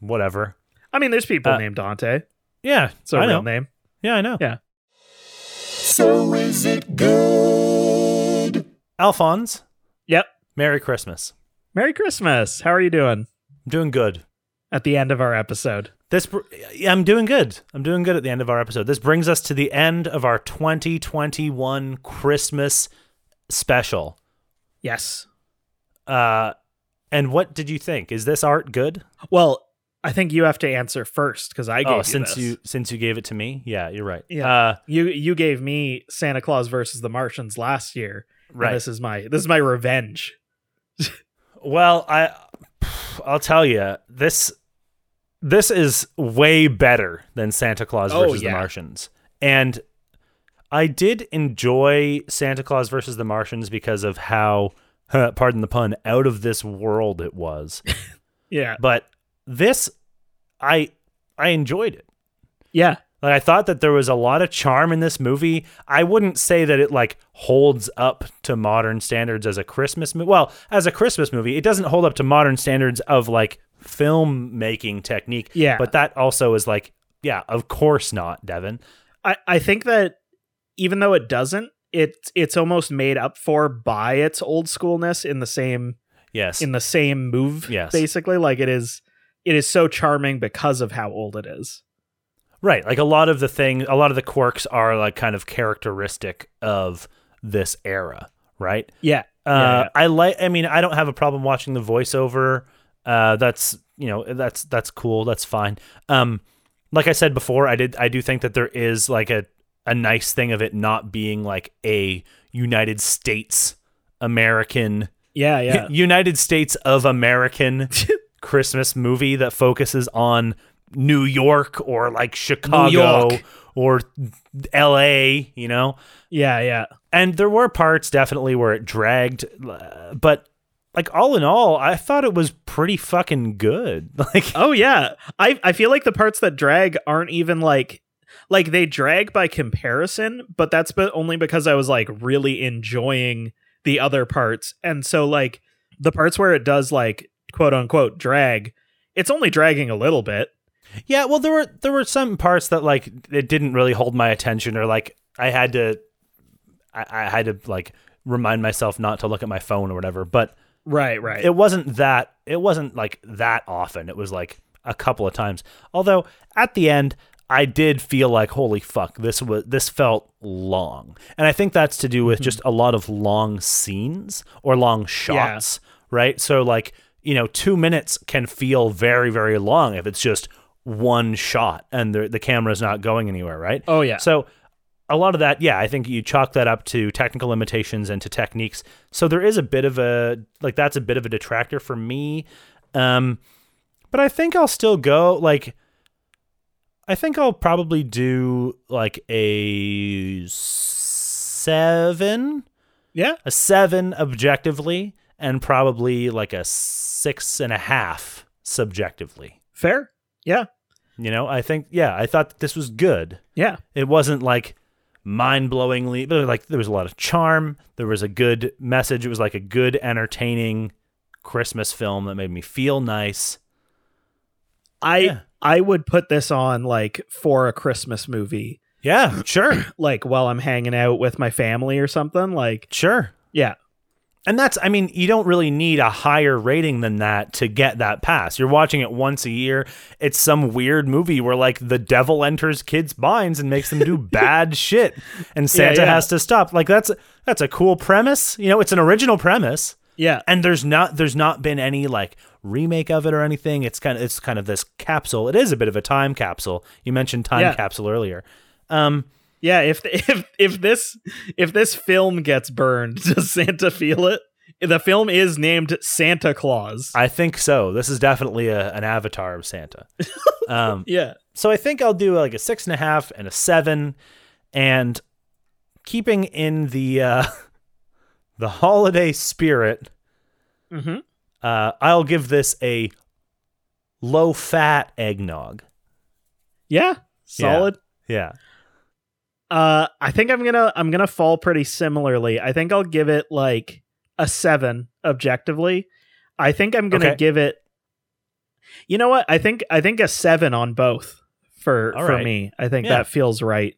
Speaker 2: Whatever.
Speaker 3: I mean, there's people
Speaker 2: Uh,
Speaker 3: named Dante.
Speaker 2: Yeah,
Speaker 3: It's a
Speaker 2: I know.
Speaker 3: real name.
Speaker 2: Yeah, I know.
Speaker 3: Yeah.
Speaker 1: So is it good?
Speaker 2: Alphonse.
Speaker 3: Yep.
Speaker 2: Merry Christmas.
Speaker 3: Merry Christmas. How are you doing
Speaker 2: I'm doing good.
Speaker 3: at the end of our episode?
Speaker 2: This br- yeah, I'm doing good. I'm doing good at the end of our episode. This brings us to the end of our 2021 Christmas special.
Speaker 3: Yes.
Speaker 2: Uh, and what did you think? Is this art good?
Speaker 3: Well, I think you have to answer first because I gave
Speaker 2: oh,
Speaker 3: you
Speaker 2: since
Speaker 3: this.
Speaker 2: you since you gave it to me, yeah, you're right.
Speaker 3: Yeah.
Speaker 2: uh,
Speaker 3: you you gave me Santa Claus versus the Martians last year. and
Speaker 2: right.
Speaker 3: this is my this is my revenge.
Speaker 2: Well, I I'll tell you this this is way better than Santa Claus
Speaker 3: Oh,
Speaker 2: versus
Speaker 3: yeah.
Speaker 2: the Martians, and I did enjoy Santa Claus versus the Martians because of how, pardon the pun, out of this world it
Speaker 3: (laughs)
Speaker 2: was.
Speaker 3: Yeah.
Speaker 2: but this, I I enjoyed it.
Speaker 3: Yeah.
Speaker 2: Like I thought that there was a lot of charm in this movie. I wouldn't say that it like holds up to modern standards as a Christmas movie. Well, as a Christmas movie, it doesn't hold up to modern standards of like filmmaking technique.
Speaker 3: Yeah.
Speaker 2: But that also is like, yeah, of course not, Devin.
Speaker 3: I, I think that even though it doesn't, it it's almost made up for by its old schoolness in the same
Speaker 2: Yes.
Speaker 3: in the same move.
Speaker 2: Yes.
Speaker 3: Basically. Like it is it is so charming because of how old it is.
Speaker 2: right. Like a lot of the thing a lot of the quirks are like kind of characteristic of this era, right?
Speaker 3: Yeah.
Speaker 2: Uh, I like. I mean, I don't have a problem watching the voiceover. Uh, that's you know that's that's cool. That's fine. Um, like I said before, I did. I do think that there is like a a nice thing of it not being like a United States American
Speaker 3: Yeah, yeah.
Speaker 2: (laughs) United States of
Speaker 3: (laughs)
Speaker 2: American Christmas movie that focuses on New York or like Chicago
Speaker 3: York.
Speaker 2: or LA, you know?
Speaker 3: yeah, yeah.
Speaker 2: And there were parts definitely where it dragged, uh, but like all in all, I thought it was pretty fucking good. (laughs) Like,
Speaker 3: Oh yeah. I I feel like the parts that drag aren't even like like they drag by comparison, but that's but only because I was like really enjoying the other parts. And so like the parts where it does like quote unquote drag, it's only dragging a little bit.
Speaker 2: yeah, well, there were there were some parts that like it didn't really hold my attention, or like I had to, I, I had to like remind myself not to look at my phone or whatever. But
Speaker 3: Right, right.
Speaker 2: it wasn't that it wasn't like that often it was like a couple of times although at the end i did feel like holy fuck this was this felt long and i think that's to do with just a lot of long scenes or long shots right so like you know 2 minutes can feel very very long if it's just one shot and the the camera's not going anywhere right
Speaker 3: oh yeah.
Speaker 2: so a lot of that, yeah, I think you chalk that up to technical limitations and to techniques. So there is a bit of a like that's a bit of a detractor for me. Um but I think I'll still go like I think I'll probably do like a 7
Speaker 3: yeah.
Speaker 2: a seven objectively and probably like a six and a half subjectively
Speaker 3: Fair. Yeah.
Speaker 2: you know i think yeah i thought this was good
Speaker 3: Yeah.
Speaker 2: it wasn't like mind-blowingly but like there was a lot of charm there was a good message it was like a good entertaining christmas film that made me feel nice
Speaker 3: I
Speaker 2: Yeah.
Speaker 3: I would put this on like for a Christmas movie,
Speaker 2: yeah sure
Speaker 3: like while I'm hanging out with my family or something. Like
Speaker 2: (clears throat) sure
Speaker 3: yeah.
Speaker 2: and that's i mean you don't really need a higher rating than that to get that pass you're watching it once a year it's some weird movie where like the devil enters kids' minds and makes them do bad shit and santa
Speaker 3: yeah.
Speaker 2: has to stop like that's that's a cool premise you know it's an original premise
Speaker 3: Yeah.
Speaker 2: and there's not there's not been any like remake of it or anything it's kind of it's kind of this capsule it is a bit of a time capsule you mentioned time
Speaker 3: Yeah.
Speaker 2: capsule earlier
Speaker 3: Yeah, if (laughs) if if this if this film gets burned, (laughs) does Santa feel it? The film is named Santa Claus.
Speaker 2: i think so this is definitely a, an avatar of
Speaker 3: (laughs)
Speaker 2: santa um
Speaker 3: yeah,
Speaker 2: so I think I'll do like a six and a half and a seven, and keeping in the uh, (laughs) the holiday spirit,
Speaker 3: Mhm.
Speaker 2: uh, I'll give this a low fat eggnog.
Speaker 3: yeah, solid.
Speaker 2: Yeah,
Speaker 3: Uh, I think I'm gonna I'm gonna fall pretty similarly. I think I'll give it like a seven objectively. I think I'm gonna
Speaker 2: Okay.
Speaker 3: give it. You know what? I think I think a seven on both for
Speaker 2: All
Speaker 3: for
Speaker 2: right.
Speaker 3: me. I think
Speaker 2: Yeah.
Speaker 3: that feels right.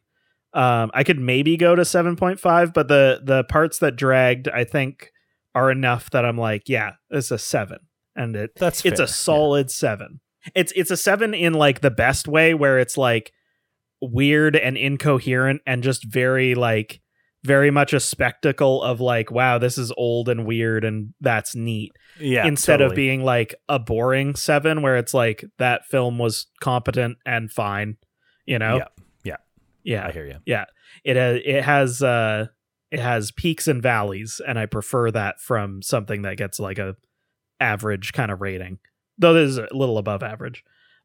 Speaker 3: Um, I could maybe go to seven point five, but the the parts that dragged I think are enough that I'm like, yeah, it's a seven, and it
Speaker 2: that's
Speaker 3: it's
Speaker 2: fair.
Speaker 3: a solid seven. It's it's a seven in like the best way where it's like weird and incoherent and just very like very much a spectacle of like wow this is old and weird and that's neat
Speaker 2: yeah.
Speaker 3: instead of
Speaker 2: totally.
Speaker 3: being like a boring seven where it's like that film was competent and fine you know
Speaker 2: Yeah. Yeah.
Speaker 3: yeah
Speaker 2: I hear you.
Speaker 3: it has it has uh it has peaks and valleys and i prefer that from something that gets like a average kind of rating though this is a little above average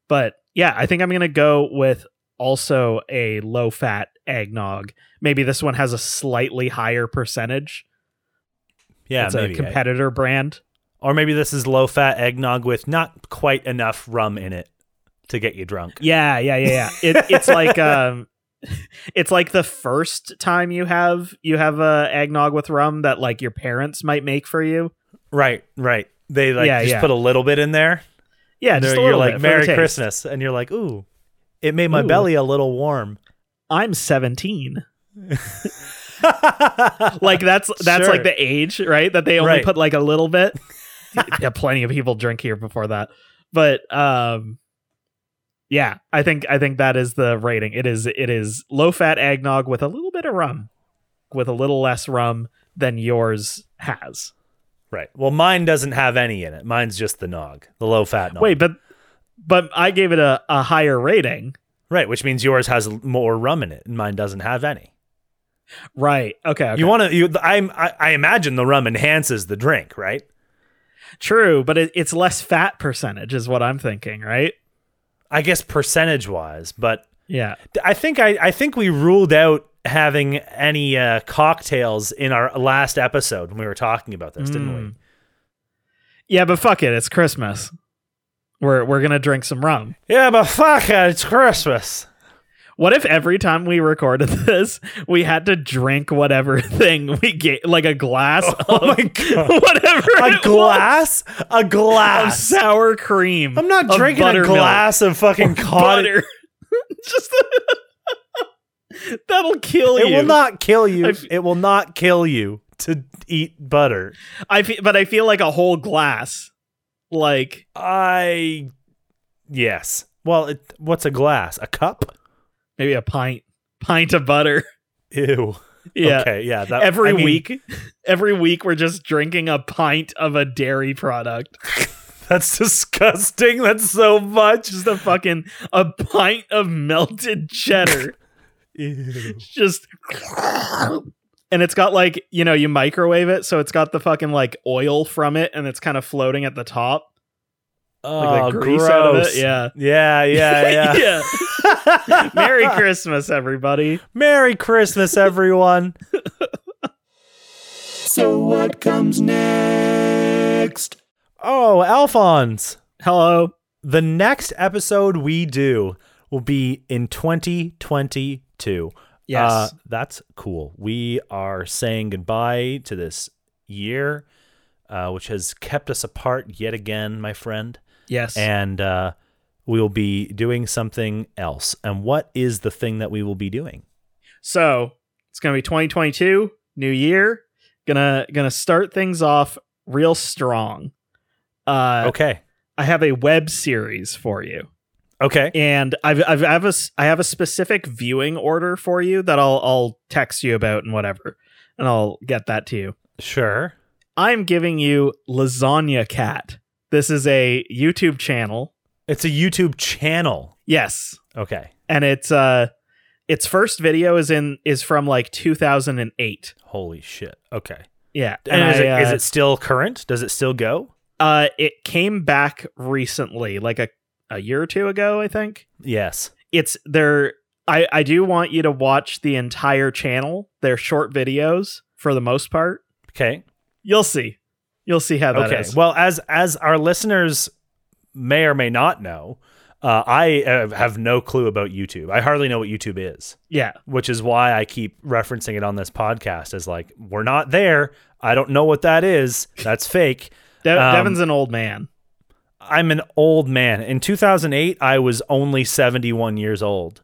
Speaker 3: but yeah i think i'm gonna go with also a low fat eggnog maybe this one has a slightly higher percentage
Speaker 2: Yeah,
Speaker 3: it's
Speaker 2: maybe.
Speaker 3: a
Speaker 2: I-
Speaker 3: competitor brand
Speaker 2: or maybe this is low fat eggnog with not quite enough rum in it to get you drunk.
Speaker 3: (laughs) yeah yeah yeah yeah it, it's (laughs) like um it's like the first time you have you have a eggnog with rum that like your parents might make for you
Speaker 2: Right, right. They like
Speaker 3: Yeah,
Speaker 2: just
Speaker 3: yeah.
Speaker 2: put a little bit in there.
Speaker 3: yeah
Speaker 2: and
Speaker 3: just a
Speaker 2: you're
Speaker 3: little
Speaker 2: like
Speaker 3: bit for the
Speaker 2: Merry
Speaker 3: taste."
Speaker 2: Christmas, and you're like, ooh, it made my
Speaker 3: Ooh.
Speaker 2: belly a little (laughs) warm.
Speaker 3: I'm 17.
Speaker 2: (laughs)
Speaker 3: Like that's that's
Speaker 2: Sure.
Speaker 3: like the age, right? That they only
Speaker 2: Right.
Speaker 3: put like a
Speaker 2: (laughs)
Speaker 3: little bit. (laughs) yeah, plenty of people drink here before that. But um yeah, I think I think that is the rating. It is it is low fat eggnog with a little bit of rum. With a little less rum than yours has.
Speaker 2: Right. Well, mine doesn't have any in it. Mine's just the nog, the low fat nog.
Speaker 3: Wait, but but I gave it a, a higher rating.
Speaker 2: Right, which means yours has l- more rum in it, and mine doesn't have any.
Speaker 3: Right. Okay. okay.
Speaker 2: You want to? You, I'm, I, I imagine the rum enhances the drink, right?
Speaker 3: True, but it, it's less fat percentage is what I'm thinking, right?
Speaker 2: I guess percentage wise, but
Speaker 3: Yeah.
Speaker 2: d- I think I, I think we ruled out having any uh, cocktails in our last episode when we were talking about this, didn't
Speaker 3: Hmm.
Speaker 2: we?
Speaker 3: Yeah, but fuck it, it's Christmas. We're we're gonna drink some rum.
Speaker 2: Yeah, but fuck it, it's
Speaker 3: (laughs)
Speaker 2: Christmas.
Speaker 3: What if every time we recorded (laughs) this, we had to drink whatever (laughs) thing we get, like a glass of
Speaker 2: Oh
Speaker 3: (laughs)
Speaker 2: my God.
Speaker 3: whatever
Speaker 2: A
Speaker 3: it
Speaker 2: glass, a
Speaker 3: was, of
Speaker 2: glass.
Speaker 3: sour cream?
Speaker 2: I'm not
Speaker 3: of
Speaker 2: drinking a
Speaker 3: buttermilk,
Speaker 2: glass of fucking cottage.
Speaker 3: butter. (laughs) Just (laughs) the- that'll kill
Speaker 2: It
Speaker 3: you.
Speaker 2: will not kill you.
Speaker 3: I've-
Speaker 2: it will not kill you to eat butter.
Speaker 3: I fe- but I feel like a whole glass, like
Speaker 2: I yes. Well, it, what's a glass? A cup?
Speaker 3: maybe a pint, pint of butter. (laughs)
Speaker 2: Ew.
Speaker 3: Yeah.
Speaker 2: Okay. Yeah. That,
Speaker 3: every
Speaker 2: I mean,
Speaker 3: week every week we're just drinking a pint of a dairy product
Speaker 2: (laughs) That's disgusting. That's so much.
Speaker 3: just a fucking a pint of melted cheddar
Speaker 2: Ew.
Speaker 3: just and it's got like you know you microwave it so it's got the fucking like oil from it and it's kind of floating at the top
Speaker 2: Oh,
Speaker 3: like, like grease out of it
Speaker 2: gross.
Speaker 3: yeah
Speaker 2: Yeah. (laughs)
Speaker 3: (laughs)
Speaker 2: Yeah. Yeah. (laughs)
Speaker 3: merry christmas everybody
Speaker 2: Merry Christmas, everyone.
Speaker 1: So what comes next?
Speaker 2: oh, Alphonse.
Speaker 3: hello
Speaker 2: The next episode we do will be in 2022.
Speaker 3: Yes.
Speaker 2: Uh, that's cool. We are saying goodbye to this year, uh, which has kept us apart yet again, my friend.
Speaker 3: yes
Speaker 2: And uh, we'll be doing something else. And what is the thing that we will be doing?
Speaker 3: So it's gonna be 2022, new year. Gonna gonna start things off real strong. Uh,
Speaker 2: okay.
Speaker 3: I have a web series for you,
Speaker 2: Okay.
Speaker 3: and I've I've I have a s- I have a specific viewing order for you that I'll I'll text you about and whatever, and I'll get that to you.
Speaker 2: Sure.
Speaker 3: I'm giving you Lasagna Cat. This is a YouTube channel.
Speaker 2: It's a YouTube channel.
Speaker 3: Yes,
Speaker 2: Okay.
Speaker 3: and it's uh, its first video is in is from like 2008.
Speaker 2: Holy shit. Okay.
Speaker 3: Yeah,
Speaker 2: And, is,
Speaker 3: I,
Speaker 2: it, is
Speaker 3: uh,
Speaker 2: it still current? Does it still go?
Speaker 3: Uh, it came back recently, like a a year or two ago, I think.
Speaker 2: Yes.
Speaker 3: It's there. I I do want you to watch the entire channel. They're short videos for the most part.
Speaker 2: Okay.
Speaker 3: You'll see. You'll see how that is.
Speaker 2: okay. Well, as as our listeners may or may not know, uh, I uh, have no clue about YouTube. I hardly know what YouTube is,
Speaker 3: yeah,
Speaker 2: which is why I keep referencing it on this podcast as like we're not there. I don't know what that is. That's fake.
Speaker 3: De-
Speaker 2: Um,
Speaker 3: Devin's an old man.
Speaker 2: I'm an old man. In 2008, I was only 71 years old,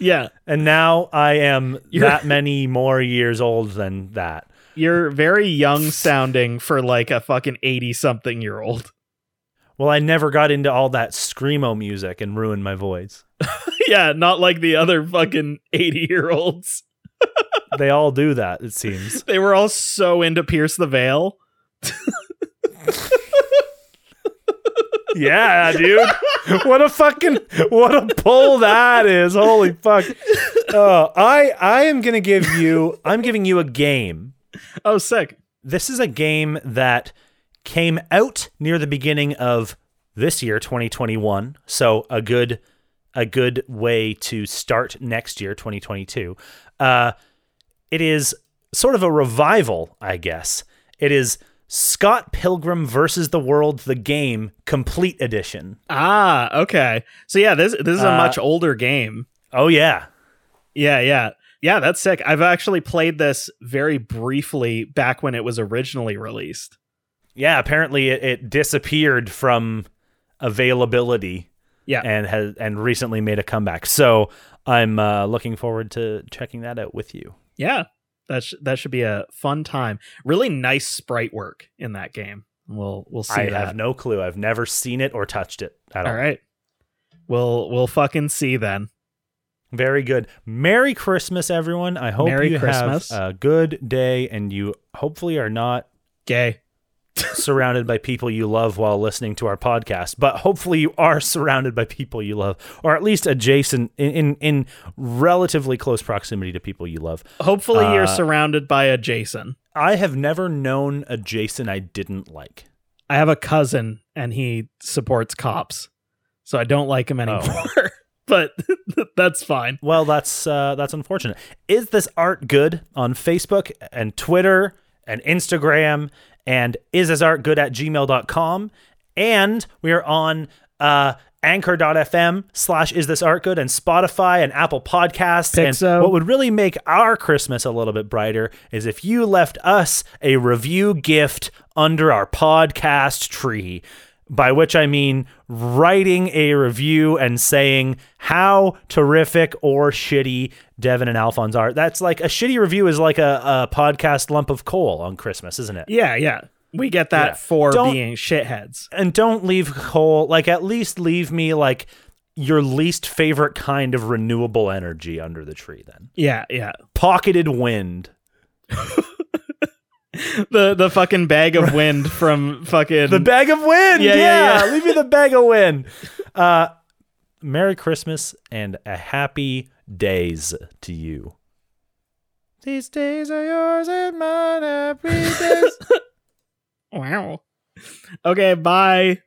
Speaker 3: Yeah,
Speaker 2: and now I am
Speaker 3: You're-
Speaker 2: that many more years old than that.
Speaker 3: you're very young sounding for like a fucking eighty something year old.
Speaker 2: Well, I never got into all that screamo music and ruined my voice.
Speaker 3: (laughs) yeah, not like the other fucking eighty year olds.
Speaker 2: They all do that, it seems.
Speaker 3: (laughs) They were all so into Pierce the Veil.
Speaker 2: Yeah, dude. what a fucking what a pull that is. Holy fuck. Oh, I I am going to give you I'm giving you a game.
Speaker 3: Oh, sick.
Speaker 2: This is a game that came out near the beginning of this year 2021. So a good a good way to start next year 2022. Uh it is sort of a revival, I guess. It is Scott Pilgrim versus the World the game complete edition.
Speaker 3: Ah, okay. So yeah, this this is a
Speaker 2: Uh,
Speaker 3: much older game.
Speaker 2: Oh yeah.
Speaker 3: Yeah, yeah. Yeah, that's sick. I've actually played this very briefly back when it was originally released.
Speaker 2: Yeah, apparently it, it disappeared from availability.
Speaker 3: Yeah.
Speaker 2: And has and recently made a comeback. So I'm uh, looking forward to checking that out with you.
Speaker 3: Yeah. That sh- that should be a fun time. Really nice sprite work in that game. We'll we'll see
Speaker 2: I
Speaker 3: that.
Speaker 2: have no clue. I've never seen it or touched it at all.
Speaker 3: all right. We'll we'll fucking see then.
Speaker 2: Very good. Merry Christmas, everyone. I hope
Speaker 3: Merry
Speaker 2: you
Speaker 3: Christmas.
Speaker 2: have a good day and you hopefully are not
Speaker 3: Gay.
Speaker 2: surrounded by people you love while listening to our podcast, but hopefully you are surrounded by people you love, or at least adjacent in in, in relatively close proximity to people you love.
Speaker 3: Hopefully,
Speaker 2: Uh,
Speaker 3: you're surrounded by a Jason.
Speaker 2: I have never known a Jason I didn't like.
Speaker 3: I have a cousin and he supports cops, so I don't like him
Speaker 2: Oh.
Speaker 3: anymore. (laughs) but that's fine.
Speaker 2: Well, that's uh, that's unfortunate. Is this art good on Facebook and Twitter and Instagram and is this art good at gmail.com? And we are on uh, anchor.fm slash is this art good and Spotify and Apple Podcasts.
Speaker 3: Pixo.
Speaker 2: And what would really make our Christmas a little bit brighter is if you left us a review gift under our podcast tree. By which I mean writing a review and saying how terrific or shitty Devin and Alphonse are. That's like a shitty review is like a, a podcast lump of coal on Christmas, isn't it?
Speaker 3: Yeah, yeah. We get that
Speaker 2: Yeah.
Speaker 3: for
Speaker 2: Don't-
Speaker 3: being shitheads.
Speaker 2: and don't leave coal like at least leave me like your least favorite kind of renewable energy under the tree then
Speaker 3: Yeah, yeah.
Speaker 2: pocketed wind
Speaker 3: The the fucking bag of wind from fucking
Speaker 2: the bag of wind yeah,
Speaker 3: Yeah, yeah, yeah.
Speaker 2: leave me the bag of wind uh merry christmas and a happy days to you these days are yours and mine every day
Speaker 3: Wow. Okay, bye.